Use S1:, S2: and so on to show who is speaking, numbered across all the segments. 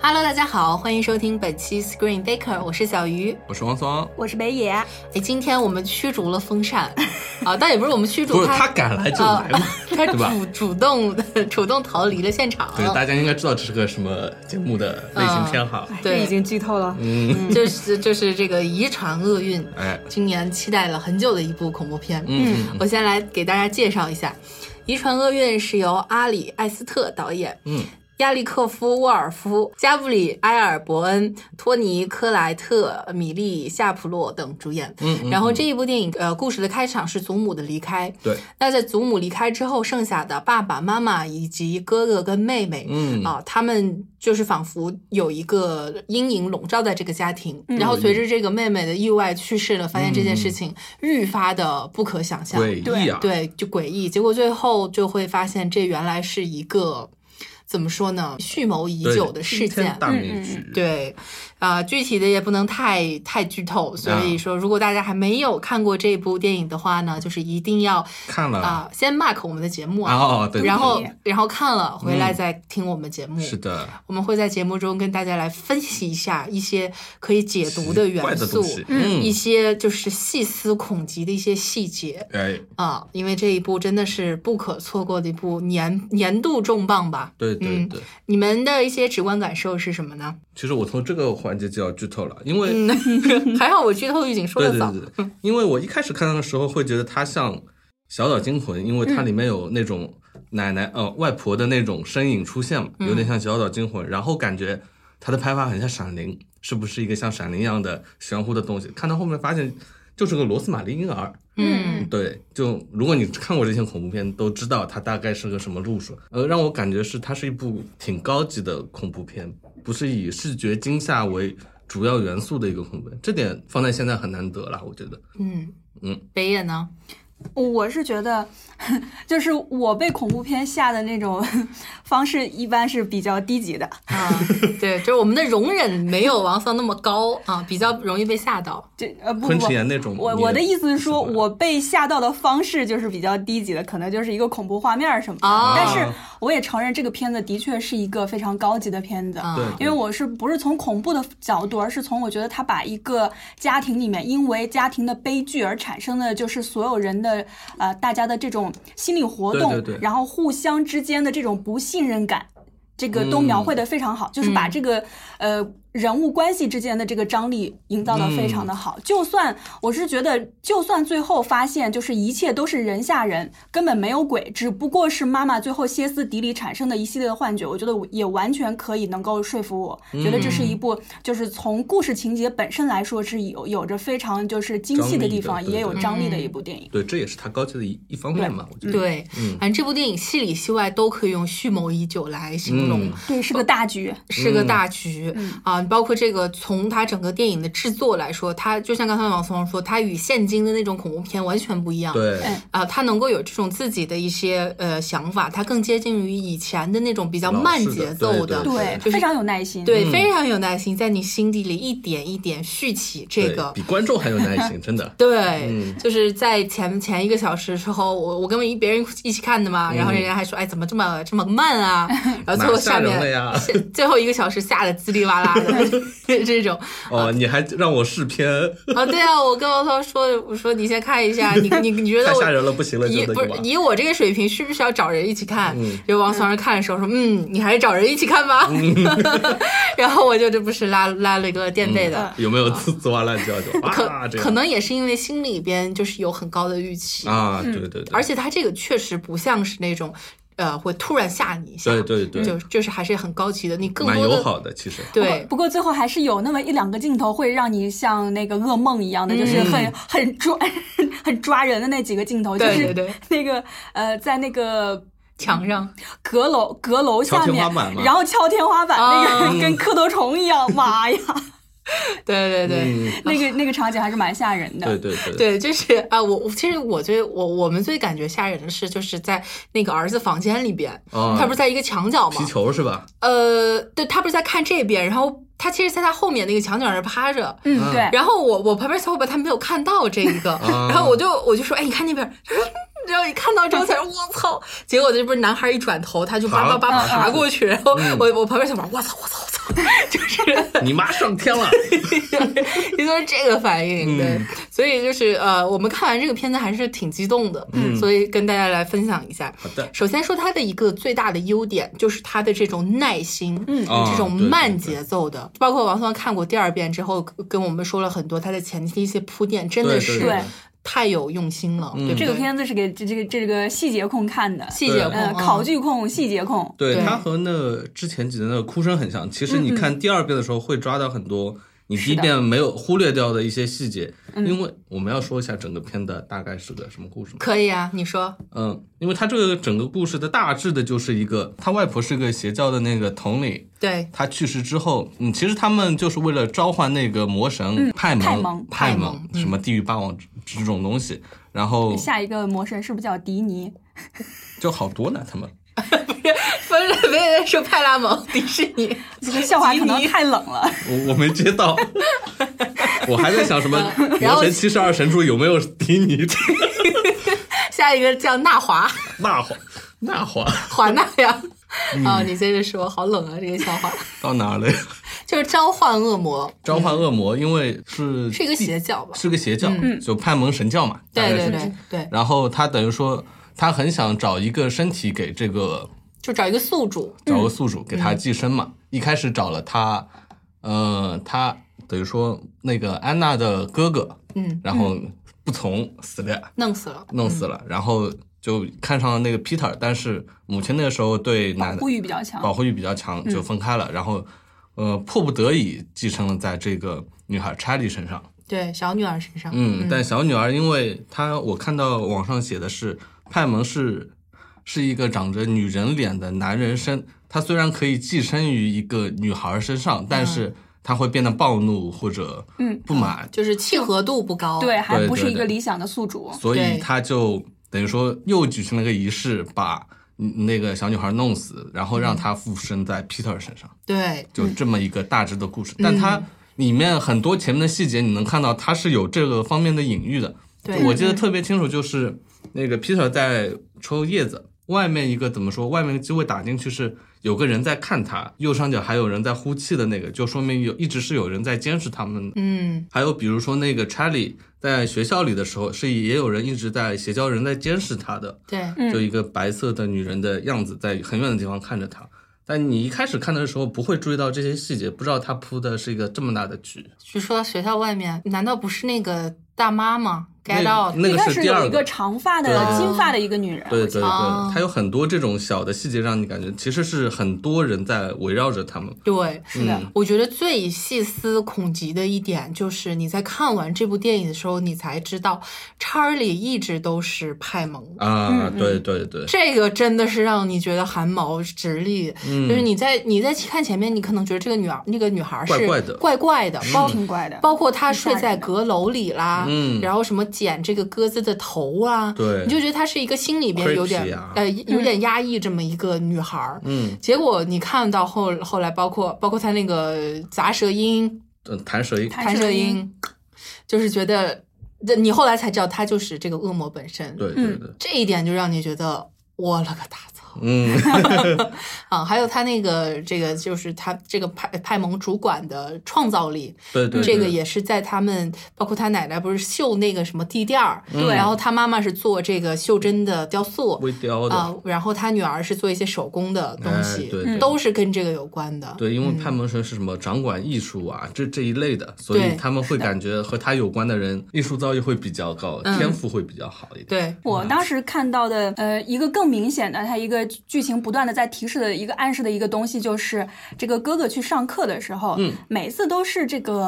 S1: Hello，大家好，欢迎收听本期 Screen Baker，我是小鱼。
S2: 我是王双，
S3: 我是北野，
S1: 哎，今天我们驱逐了风 扇，啊，但也不是我们驱
S2: 不
S1: 逐
S2: 是他
S1: 他，哦
S2: 敢来就来嘛，
S1: 他
S2: 对吧
S1: 主主动 主动逃离了现场。啊
S2: 对，大家应该知道这是个什么节目的
S1: 哦
S2: 类型偏好。
S1: 对
S3: 这已经剧透了。
S2: 嗯，
S1: 就是就是这个遗传厄运，
S2: 哎，
S1: 今年期待了很久的一部恐怖片。
S2: 嗯
S1: 我先来给大家介绍一下，《遗传厄运》是由阿里·艾斯特导演，
S2: 嗯，
S1: 亚历克夫·沃尔夫、加布里埃尔·伯恩、托尼·科莱特、米利·夏普洛等主演。
S2: 嗯嗯
S1: 然后这一部电影，呃，故事的开场是祖母的离开。
S2: 对，
S1: 那在祖母离开之后，剩下的爸爸妈妈以及哥哥跟妹妹，
S2: 嗯
S1: 啊，他们就是仿佛有一个阴影笼罩在这个家庭。
S2: 嗯
S1: 然后随着这个妹妹的意外去世了，发现这件事情愈发的不可想象，
S2: 诡异啊，
S1: 对，就诡异。结果最后就会发现，这原来是一个怎么说呢，蓄谋已
S2: 对
S1: 久的事
S2: 惊天
S1: 件。嗯
S2: 大迷局，
S1: 对，啊、具体的也不能太太剧透，所
S2: 啊
S1: 以说，如果大家还没有看过这部电影的话呢，就是一定要
S2: 看了
S1: 啊、先 mark 我们的节目啊，
S2: 哦，对，对嗯
S1: 然后
S3: 对
S1: 然后看了回来再听我们节目。
S2: 对是的，
S1: 我们会在节目中跟大家来分析一下一些可以解读的
S2: 奇怪
S1: 元
S2: 的
S1: 素
S2: 东，西，
S1: 一
S2: 嗯，
S1: 些就是细思恐极的一些细节
S2: 哎，
S1: 啊，因为这一部真的是不可错过的一部年年度重磅吧。
S2: 对对
S1: 嗯
S2: 对。
S1: 你们的一些直观感受是什么 呢？
S2: 其实我从这个环节就要剧透了，因
S1: 嗯
S2: 为
S1: 还好我剧透预警说
S2: 对
S1: 的
S2: 对
S1: 早，
S2: 对对，因为我一开始看的时候会觉得它像《小岛惊魂》，因为它里面有那种奶奶、呃外婆的那种身影出现嘛，
S1: 嗯
S2: 有点像《小岛惊魂》，然后感觉它的拍法很像《闪灵》，是不是一个像《闪灵》一样的玄乎的东西？看到后面发现就是个罗斯玛丽婴儿。
S1: 嗯，
S2: 对，就如果你看过这些恐怖片，都知道它大概是个什么路数。呃，让我感觉是它是一部挺高级的恐怖片，不是以视觉惊吓为主要元素的一个恐怖片，这点放在现在很难得了，我觉得。
S1: 嗯
S2: 嗯，
S1: 北野呢？
S3: 我是觉得， 就是我被恐怖片吓的那种 方式，一般是比较低级的。
S1: 啊， 对，就是我们的容忍没有王桑那么高啊，比较容易被吓到。
S3: 这呃不
S2: 昆
S3: 不
S2: 池
S3: 不，
S2: 岩那种，
S3: 我
S2: 你
S3: 我的意思是说，
S2: 不
S3: 我被吓到的方式就是比较低级的，可能就是一个恐怖画面儿什么的。
S1: 哦
S3: 但是我也承认，这个片子的确是一个非常高级的片子。
S1: 啊
S2: 对，
S3: 因为我是不是从恐怖的角度，而是从我觉得他把一个家庭里面因为家庭的悲剧而产生的，就是所有人的呃大家的这种心理活动，
S2: 对对对
S3: 然后互相之间的这种不信任感，这个都
S2: 嗯
S3: 描绘的非常好，就是把这个呃人物关系之间的这个张力营造的非
S2: 嗯
S3: 常的好。就算我是觉得，就算最后发现就是一切都是人吓人，根本没有鬼，只不过是妈妈最后歇斯底里产生的一系列的幻觉，我觉得也完全可以能够说服我，觉得这是
S2: 嗯
S3: 一部就是从故事情节本身来说是有有着非常就是精细地
S2: 张
S3: 方，
S2: 力的
S3: 也有
S2: 对对嗯
S3: 张力的一部电影。
S2: 对，这也是它高级的一一方面嘛，我觉得。
S1: 对，
S2: 嗯
S1: 反正这部电影戏里戏外都可以用蓄谋已久来形容。
S2: 嗯
S3: 对，是个大局。
S1: 是个大局、啊，包括这个从它整个电影的制作来说，它就像刚才王松说，它与现今的那种恐怖片完全不一样。
S2: 对
S3: 哎
S1: 啊，它能够有这种自己的一些呃想法，它更接近于以前的那种比较
S2: 老
S1: 慢
S2: 式的
S1: 节
S2: 对
S1: 奏
S2: 对
S3: 对，
S1: 就是
S3: 非常有耐心。
S1: 对，
S2: 嗯
S1: 非常有耐心，在你心底里一点一点续起这
S2: 对
S1: 个
S2: 比观众还有耐心， 真的。
S1: 对，
S2: 嗯
S1: 就是在前前一个小时的时候，我我跟一别人一起看的嘛，然后人家还说，哎，怎么这么这么慢啊？然后最后
S2: 嗯哪吓
S1: 下面
S2: 人了呀
S1: 下最后一个小时吓得叽里哇啦的 这种
S2: 哦，你还让我试片，
S1: 啊，对啊，我跟王涛说，我说你先看一下，你你你觉得
S2: 太吓
S1: 我。
S2: 人了，不行了，
S1: 以
S2: 真的
S1: 不
S2: 对
S1: 是
S2: 吧？
S1: 以我这个水平，是不是要找人一起看？
S2: 嗯
S1: 就王双人看的时候说：“嗯，你还是找人一起看吧。
S2: 嗯
S1: 然后我就这不是拉拉了一个垫背的，
S2: 有没有 滋滋哇乱叫就
S1: 可、
S2: 啊这样？
S1: 可能也是因为心里边就是有很高的预期
S2: 啊，对对对，
S1: 而且它这个确实不像是那种，呃，会突然吓你一下，
S2: 对对对，
S1: 就就是还是很高级的，你嗯更
S2: 蛮
S1: 多
S2: 友
S1: 的
S2: 好的，其实。
S1: 对。
S3: 不过最后还是有那么一两个镜头会让你像那个噩梦一样的，
S1: 嗯
S3: 就是很很抓 很抓人的那几个镜 头，就
S1: 对对
S3: 是
S1: 对，
S3: 那个呃，在那个
S1: 墙上，
S3: 阁楼阁楼下
S2: 敲天
S3: 面
S2: 花板嘛，嗯
S3: 然后敲天花板，那
S1: 啊
S3: 个 跟蝌蚪虫一样，妈呀，
S1: 对对对、
S2: 嗯，
S3: 那个那个场景还是蛮吓人
S2: 对
S3: 的。
S2: 对对，
S1: 对，就是啊，我我其实我最我我们最感觉吓人的是，就是在那个儿子房间里边，
S2: 啊
S1: 他不是在一个墙角
S2: 皮
S1: 吗？
S2: 球是吧？
S1: 呃，对，他不是在看这边，然后他其实在他后面那个墙角那儿趴着，
S3: 嗯，对，
S1: 然后我我旁边小伙伴他没有看到这一个，
S2: 啊
S1: 然后我就我就说，哎，你看那边。 然后一看到这个，才我操！结果这不是男孩一转头，他就叭叭叭
S2: 爬嗯
S1: 爬过去，然后我我旁边小伙伴，我操我操我操！ 就是
S2: 你妈上 天了，
S1: 你说这个反应，对，所以就是呃，我们看完这个片子还是挺激动的，嗯，所以跟大家来分享一下。
S2: 好的，
S1: 首先说它的一个最大的优点就是它的这种耐心，嗯
S2: 啊
S1: 这种
S2: 对对
S1: 慢
S2: 对
S1: 节奏的。包括王松看过第二遍之后，跟我们说了很多它的前期一些铺垫，真的
S2: 对
S1: 是
S2: 对
S3: 对
S1: 太有用心了。对不
S3: 这个
S1: 对
S3: 片子是给这这个这个细节控看的，
S1: 细节
S2: 对
S1: 控
S3: 呃，
S1: 嗯
S3: 考据控、细节控，
S2: 对
S1: 对嗯
S2: 它和那之前几的那个哭声很像。其实你看第二遍的时候会抓到很多你第一遍没有忽略掉的一些细节，
S1: 嗯
S2: 因为我们要说一下整个片的大概是个什么故事嘛。
S1: 可以啊，你说，
S2: 嗯，因为它这个整个故事的大致的就是一个，他外婆是个邪教的那个统领，
S1: 对，
S2: 他去世之后，嗯，其实他们就是为了召唤那个魔神派
S3: 派
S2: 蒙
S3: 蒙、
S1: 嗯派蒙嗯
S2: 蒙什么地狱霸王之这种东西，然后
S3: 下一个魔神是不是叫迪尼？
S2: 就好多呢，他们。
S1: 不是，没有人说派拉蒙迪士尼，
S3: 这个笑话可能
S1: 迪尼
S3: 太冷 了。
S2: 我我没接到， 我还在想什么
S1: 然后
S2: 《魔神七十二神柱》有没有迪尼
S1: 下一个叫纳华。
S2: 那话 那话
S1: 华纳呀。
S2: 嗯
S1: 啊、你接着说，好冷啊，这个笑话。
S2: 到哪了呀？
S1: 就是召唤恶魔
S2: 召唤恶魔，因为是
S1: 是一个邪教吧？
S2: 是个邪教，就派蒙神教嘛，大
S1: 对
S2: 概
S1: 对
S2: 是。
S1: 对对，
S2: 然后他等于说，他很想找一个身体给这个
S1: 就找一个宿主，
S2: 找
S3: 嗯
S2: 个宿主给他寄生嘛。一开始找了他，呃，他等于说那个安娜的哥哥，
S1: 嗯，
S2: 然后不从死了。
S1: 弄死了。
S2: 弄死了，
S3: 嗯
S2: 然后就看上了那个 Peter，但是母亲那个时候对
S3: 保
S2: 男
S3: 护欲比较强嗯
S2: 保，护欲比较强，就分开了，然后呃迫不得已寄生了在这个女孩 Charlie 身上。
S1: 对，小女儿身上，
S2: 嗯，但小女儿因为她，我看到网上写的是派蒙是是一个长着女人脸的男人身，他虽然可以寄生于一个女孩身上，但是他会变得暴怒或者
S3: 嗯
S2: 不满，
S1: 就是契合度不高。
S3: 对，还
S2: 对
S3: 不是
S2: 对
S3: 一个
S2: 对
S3: 理想的宿主。
S2: 所以
S1: 对
S2: 他就等于说又举行了个仪式，把嗯那个小女孩弄死，然后让她附身在 Peter 身上，
S1: 对
S2: 就这么一个大致的故事。但
S1: 嗯
S2: 它里面很多前面的细节，你能看到它是有这个方面的隐喻的。
S1: 对嗯
S2: 我记得特别清楚，就是那个 Peter 在抽叶子。外面一个怎么说？外面的机会打进去是有个人在看他，右上角还有人在呼气的那个，就说明有一直是有人在监视他们的。
S1: 嗯，
S2: 还有比如说那个查理在学校里的时候，是也有人一直在邪教人在监视他的，
S1: 对，
S2: 就一个白色的女人的样子，在很远的地方看着他。但你一开始看的时候不会注意到这些细节，不知道他铺的是一个这么大的局。
S1: 就说到学校外面，难道不是那个大妈吗？Get
S2: 那
S1: out，
S2: 那
S3: 一
S2: 个
S3: 开
S2: 是
S3: 始
S2: 第
S3: 有
S2: 二
S3: 一个长发的
S2: 对
S3: 金发的一个女人，啊
S2: 对对对，
S1: 哦
S2: 它有很多这种小的细节，让你感觉其实是很多人在围绕着他们。
S1: 对，
S3: 是的，
S1: 我觉得最细思恐极的一点就是，你在看完这部电影的时候，你才知道查理一直都是派蒙
S2: 啊，
S1: 嗯
S2: 对对对，
S1: 这个真的是让你觉得汗毛直立，
S2: 嗯
S1: 就是你在你在看前面，你可能觉得这个女儿那个女孩是
S2: 怪怪的
S1: 怪怪的，包
S3: 挺怪的。
S1: 包括她睡
S3: 吓
S1: 在
S3: 人的
S1: 阁楼里啦，
S2: 嗯
S1: 然后什么剪这个鸽子的头啊，
S2: 对
S1: 你就觉得她是一个心里边有点
S2: Creepy 啊
S1: 呃有点压抑这么一个女孩儿，
S2: 嗯，
S1: 结果你看到后后来包括包括她那个砸舌音、
S2: 呃弹舌音，
S3: 弹
S1: 弹
S3: 射
S1: 舌
S3: 音，
S1: 音，就是觉得你后来才知道她就是这个恶魔本身，
S2: 对对对，
S1: 这一点就让你觉得我了个大操！
S2: 嗯，
S1: 啊，还有他那个这个就是他这个派派蒙主管的创造力，
S2: 对对，对
S1: 这个也是在他们包括他奶奶不是绣那个什么地垫儿，
S2: 嗯
S3: 对
S1: 然后他妈妈是做这个袖珍的雕塑
S2: 微雕的，
S1: 啊、然后他女儿是做一些手工的东西，
S2: 哎对对
S1: 都是跟这个有关的。
S2: 对，因为派蒙神是什么掌管艺术啊，这这一类的，所以
S1: 对
S2: 他们会感觉和他有关的人，艺术造诣会比较高，
S1: 嗯
S2: 天赋会比较好一点。
S1: 对
S3: 我当时看到的，呃，一个更明显的，它一个剧情不断的在提示的一个暗示的一个东西，就是这个哥哥去上课的时候，每次都是这个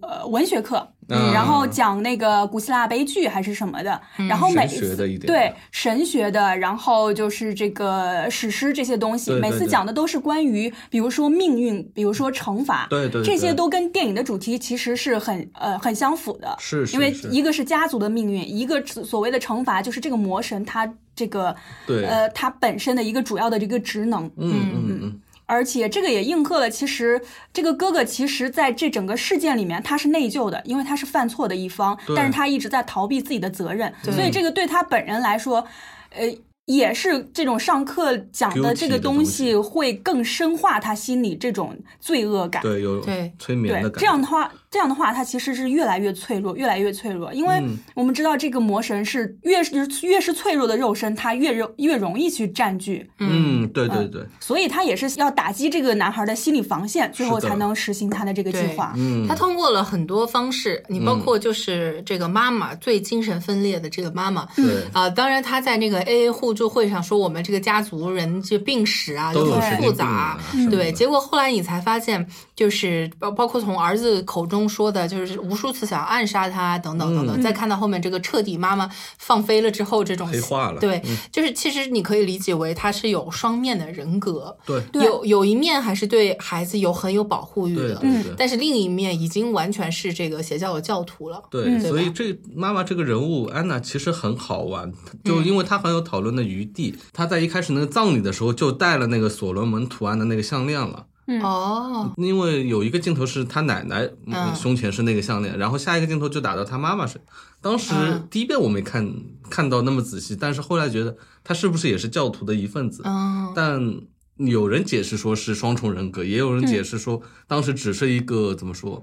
S3: 呃文学课，
S2: 嗯
S3: 然后讲那个古希腊悲剧还是什么的，然后每
S2: 神
S3: 次
S2: 学的一点，
S3: 对，神学的，然后就是这个史诗这些东西，
S2: 对对
S3: 每次
S2: 对
S3: 讲的都是关于，比如说命运，比如说惩罚，
S2: 对对对
S3: 这些都跟电影的主题其实是很呃很相符的，
S2: 是是
S3: 因为
S2: 是
S3: 一个是家族的命运，一个所谓的惩罚就是这个魔神他这个
S2: 对，
S3: 呃他本身的一个主要的这个职能，
S2: 嗯嗯嗯，
S3: 而且这个也应和了，其实这个哥哥其实在这整个事件里面他是内疚的，因为他是犯错的一方
S2: 对，
S3: 但是他一直在逃避自己的责任，
S1: 对
S3: 所以这个对他本人来说，呃，也是这种上课讲的这个东
S2: 的
S3: 西
S2: 东
S3: 会更深化他心里这种罪恶感。
S2: 对，有
S1: 对
S2: 催眠的
S3: 对
S2: 感，觉。
S3: 这样的话，这样的话，他其实是越来越脆弱，越来越脆弱。因为
S2: 嗯
S3: 我们知道，这个魔神是越是越是脆弱的肉身，他越容越容易去占据，
S2: 嗯，对对对，
S3: 所以他也是要打击这个男孩的心理防线，最后
S2: 是的
S3: 才能实行他的这个计划。
S2: 嗯
S1: 他，通过了很多方式，你包括就是这个妈妈、最精神分裂的这个妈妈，
S2: 对，
S1: 啊、当然他在那个 AA 互助会上说我们这个家族人这病史啊
S2: 都有
S1: 很
S2: 神
S1: 复
S2: 经病
S1: 杂
S2: 啊
S1: 啊，，
S2: 什么
S1: 对，
S2: 的
S1: 结果后来你才发现，就是包包括从儿子口中说的，就是无数次想要暗杀他等等等等，再看到后面这个彻底妈妈放飞了之后，这种
S2: 嗯黑化了，嗯
S1: 对，就是其实你可以理解为他是有双面的人格，
S2: 对
S3: 对
S1: 有有一面还是对孩子有很有保护欲
S2: 对
S1: 的，
S2: 对对
S1: 但是另一面已经完全是这个邪教的教徒了。
S2: 对，
S1: 对
S2: 所以
S1: 吧
S2: 这妈妈这个人物安娜其实很好玩，就因为她很有讨论的余地。她在一开始那个葬礼的时候就戴了那个所罗门图案的那个项链了，
S1: 哦，
S2: 因为有一个镜头是她奶奶
S1: 嗯
S2: 胸前是那个项链，然后下一个镜头就打到她妈妈身。当时
S1: 嗯
S2: 第一遍我没看看到那么仔细，但是后来觉得她是不是也是教徒的一份子？
S1: 嗯，
S2: 但有人解释说是双重人格，也有人解释说当时只是一个、怎么说，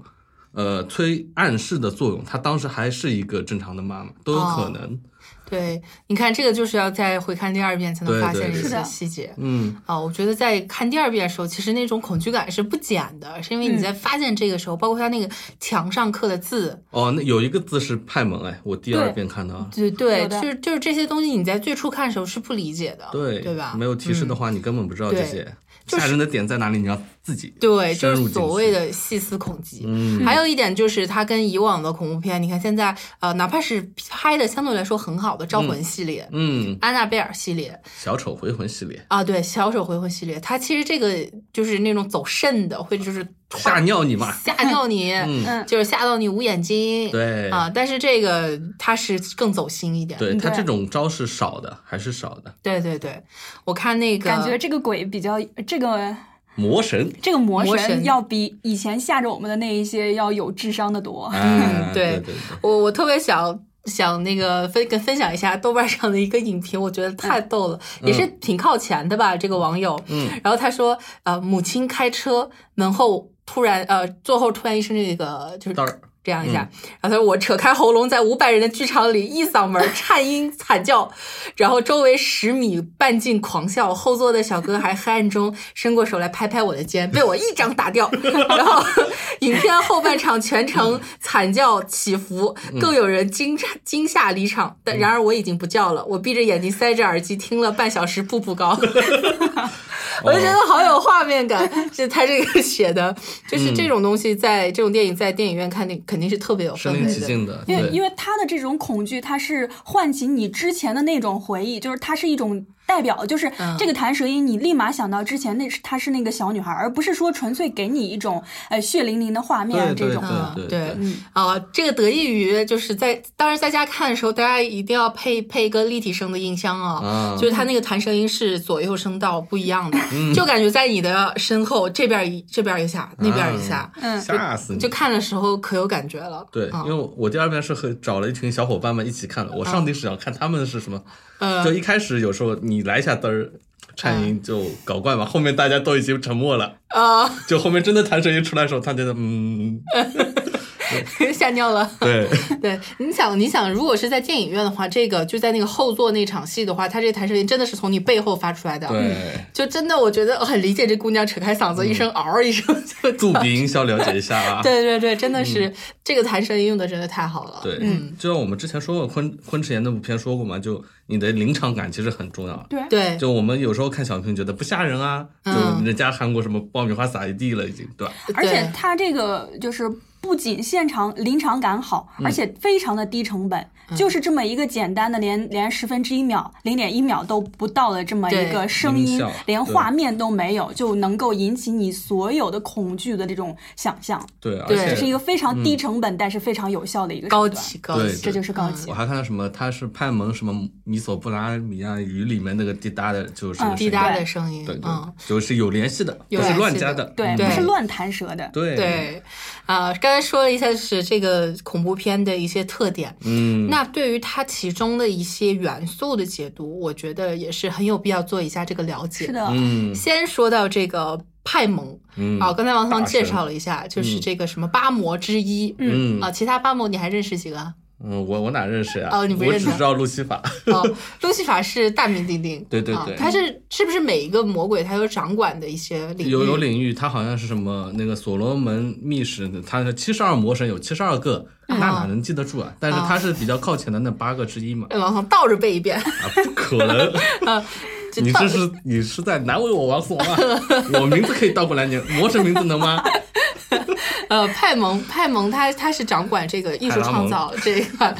S2: 呃，催暗示的作用。她当时还是一个正常的妈妈，都有
S1: 哦
S2: 可能。
S1: 对，你看这个就是要再回看第二遍才能
S2: 对
S1: 发
S2: 对
S1: 现
S2: 对
S1: 这
S3: 是
S1: 些
S3: 的
S1: 细节。
S2: 嗯，
S1: 啊、我觉得在看第二遍的时候，其实那种恐惧感是不减的，是因
S3: 嗯
S1: 为你在发现这个时候，包括他那个墙上刻的字，
S2: 哦，那有一个字是派蒙，哎，我第二
S3: 对
S2: 遍看到了。
S1: 对对，
S3: 有的
S1: 就是就是这些东西，你在最初看的时候是不理解的，
S2: 对
S1: 对吧？嗯
S2: 没有提
S3: 嗯
S2: 示的话，你根本不知道这
S1: 对
S2: 些。
S1: 就是
S2: 吓人的点在哪里？你要自己
S1: 对，就
S2: 深入
S1: 是
S2: 进
S1: 所谓
S2: 去
S1: 的细思恐极。
S2: 嗯
S1: 还有一点就是，它跟以往的恐怖片，你看现在呃，哪怕是拍的相对来说很好的《招魂》系列、
S2: 嗯，
S1: 安娜贝尔》系列
S2: 小丑回魂系列
S1: 啊，对，《小手回魂》系列，它其实这个就是那种走肾的，会就是
S2: 吓尿你嘛？
S1: 吓尿你，
S2: 嗯
S3: 嗯
S1: 就是吓到你无眼睛，
S2: 对
S1: 啊，但是这个它是更走心一点，
S2: 对他
S3: 对
S2: 这种招是少的，还是少的。
S1: 对对对我看那个
S3: 感觉这个鬼比较这个
S2: 魔神，
S3: 这个魔
S1: 魔神
S3: 神要比以前吓着我们的那一些要有智商的多。
S2: 哎
S1: 对
S2: 对对对，
S1: 我我特别想。想那个分跟分享一下豆瓣上的一个影评，我觉得太逗了，也是挺靠前的吧。这个网友，
S2: 嗯，
S1: 然后他说，呃，母亲开车门后突然，呃，座后突然一声那个就是
S2: 当儿嗯
S1: 这样一下，然后他说我扯开喉咙，在五百人的剧场里一嗓门儿颤音惨叫，然后周围十米半径狂笑，后座的小哥还黑暗中伸过手来拍拍我的肩，被我一掌打掉。然后影片后半场全程惨叫起伏，更有人惊诧惊吓离场，但然而我已经不叫了，我闭着眼睛塞着耳机听了半小时步步高。我就觉得好有画面感，是他这个写的，就是这种东西在这种电影在电影院看，那肯定是特别有氛
S2: 身临
S1: 围
S2: 其
S1: 的。
S2: 境的，
S3: 因为
S2: 对
S3: 因为他的这种恐惧，它是唤起你之前的那种回忆，就是它是一种代表，就是
S1: 嗯
S3: 这个弹舌音，你立马想到之前那是她是那个小女孩，而不是说纯粹给你一种呃血淋淋的画面啊
S2: 对
S3: 这
S2: 对
S3: 种。
S1: 嗯
S2: 对对
S1: 对啊，这个得益于就是在当然在家看的时候，大家一定要配配一个立体声的音箱啊。
S2: 啊，嗯
S1: 就是它那个弹声音是左右声道不一样的，就感觉在你的身后这边一这边一下，那边一下，
S3: 嗯
S2: 吓死你
S1: 就！看的时候可有感觉了。
S2: 啊对，
S1: 啊
S2: 因为我第二遍是和找了一群小伙伴们一起看的，我上帝视角看他们是什么，
S1: 呃
S2: 就，一开始有时候你来一下嘚儿，颤音就搞怪嘛，后面大家都已经沉默了，
S1: 啊，
S2: 就后面真的弹声音出来的时候，他觉得 嗯，
S1: 嗯吓尿了。
S2: 对，
S1: 对，你想，你想，如果是在电影院的话，这个就在那个后座那场戏的话，它这弹射音真的是从你背后发出来的，
S2: 对，嗯
S1: 就真的我觉得我很理解这姑娘扯开嗓子一声嗷儿一声 就
S2: 杜比音效了解一下啊， 嗯
S1: 对对对，真的是、这个弹射音用的真的太好了。嗯
S2: 对，就像我们之前说过昆昆池岩那部片说过嘛，就你的临场感其实很重要，
S3: 对
S1: 对
S2: 就我们有时候看小品觉得不吓人啊，
S1: 嗯
S2: 就人家韩国什么爆米花撒一地了已经，对吧？
S3: 而且
S1: 对
S3: 它这个就是不仅现场临场感好，而且非常的低成本，就是这么一个简单的连连十分之一秒、零点一秒都不到的这么
S1: 对
S3: 一个声
S2: 音
S3: 音
S2: 效，
S3: 连
S2: 对
S3: 画面都没有，就能够引起你所有的恐惧的这种想象。
S2: 对，而
S1: 对
S2: 且
S3: 这是一个非常低成本，但是非常有效的一个
S1: 高
S3: 手段
S1: 级高级，
S2: 对
S3: 这就是高级
S1: 嗯
S2: 我。还看到什么，他是派蒙什么米索不拉米亚语里面那个滴答的，就是这个
S3: 嗯
S1: 滴答
S2: 声
S1: 的声音，
S2: 音，对对
S1: 嗯。，
S2: 就是有联系的，
S1: 有
S2: 不是
S1: 联系
S2: 乱加
S1: 的
S2: 的，
S3: 对，
S2: 嗯
S3: 不是
S1: 对
S3: 乱弹舌的。
S2: 对
S1: 对，啊、刚才说了一下是这个恐怖片的一些特点，
S2: 嗯，
S1: 那对于它其中的一些元素的解读，我觉得也是很有必要做一下这个了解。
S3: 是的，
S2: 嗯
S1: 先说到这个派蒙
S2: 嗯
S1: 啊，刚才王
S2: 大
S1: 涛
S2: 神
S1: 介绍了一下，就是这个什么八魔之一，
S2: 嗯
S1: 啊，其他八魔你还认识几个啊？
S2: 嗯，我我哪认识呀？
S1: 哦你不认识
S2: 我只知道路西法。
S1: 哦，路西法是大名鼎鼎，
S2: 对对
S1: 啊
S2: 对
S1: 他是是不是每一个魔鬼他都掌管的一些领域？
S2: 有有领域，它好像是什么那个所罗门密室，它的七十二魔神有七十二个，那哪能记得住啊？但是它是比较靠前的那八个之 一嘛，
S1: 哎，王涛倒着背一遍，
S2: 啊，不可能！
S1: 就
S2: 你
S1: 倒
S2: 这是你是在难为我王思王啊！我名字可以倒过来念，魔神名字能吗？
S1: 呃，派蒙派蒙他他是掌管这个艺术
S2: 派拉
S1: 创
S2: 蒙
S1: 造这个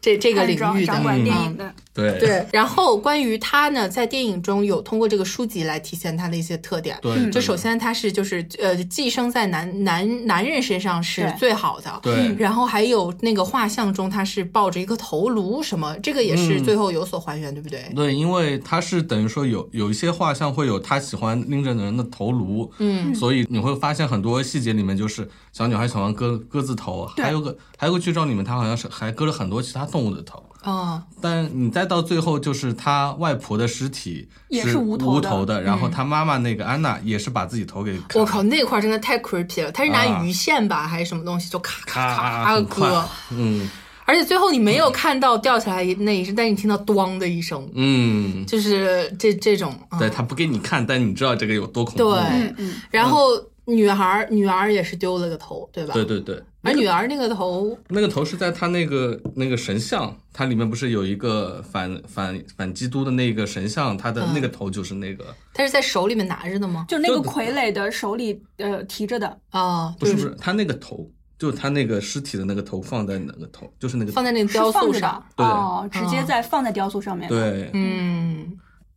S1: 这这个领域的
S3: 掌，管电
S1: 嗯
S3: 影的，
S2: 对
S1: 对，然后关于他呢，在电影中有通过这个书籍来体现他的一些特点。
S2: 对，
S1: 就嗯首先他是就是呃，寄生在男男男人身上是
S3: 对
S1: 最好的。
S2: 对
S1: 然后还有那个画像中，他是抱着一个头颅什么，这个也是
S2: 嗯
S1: 最后有所还原，对不对？
S2: 对，因为它是等于说有有一些画像会有他喜欢拎着人的头颅，
S1: 嗯，
S2: 所以你会发现很多细节里面就是小女孩喜欢割鸽子头，啊
S3: 对
S2: 还有个还有个剧照里面她好像是还割了很多其他动物的头，
S1: 哦，
S2: 但你再到最后就是她外婆的尸体
S3: 也
S2: 是
S3: 是无头的
S2: 头的，然后她妈妈那个安娜也是把自己头给
S1: 我
S2: 砍
S1: 靠，那块儿真的太 creepy 了。他是拿
S2: 啊
S1: 鱼线吧，还是什么东西，就咔咔咔
S2: 咔
S1: 咔
S2: 很快
S1: 割。，
S2: 嗯
S1: 而且最后你没有看到掉下来那一声，但是你听到“咣”的一声，
S2: 嗯，
S1: 就是这这种。嗯、
S2: 对，她不给你看，但你知道这个有多恐怖，
S1: 对
S3: 嗯，
S1: 然后女孩儿女儿也是丢了个头，对吧？
S2: 对对对。
S1: 而女儿那个头，
S2: 那个头是在他那个那个神像，它里面不是有一个反反反基督的那个神像，他的那个头就是那个，
S1: 她是在手里面拿着的吗？
S3: 就那个
S2: 就
S3: 傀儡的手里呃提着的，
S1: 啊，
S2: 不
S1: 就
S2: 是不是，他那个头，就是他那个尸体的那个头放在哪个头，就是那个
S1: 放在那个
S3: 是
S1: 雕
S3: 放
S1: 塑
S3: 着
S1: 上
S3: 的。，
S2: 对
S3: 哦，直接
S1: 嗯
S3: 在放在雕塑上面，，
S2: 对
S1: 嗯，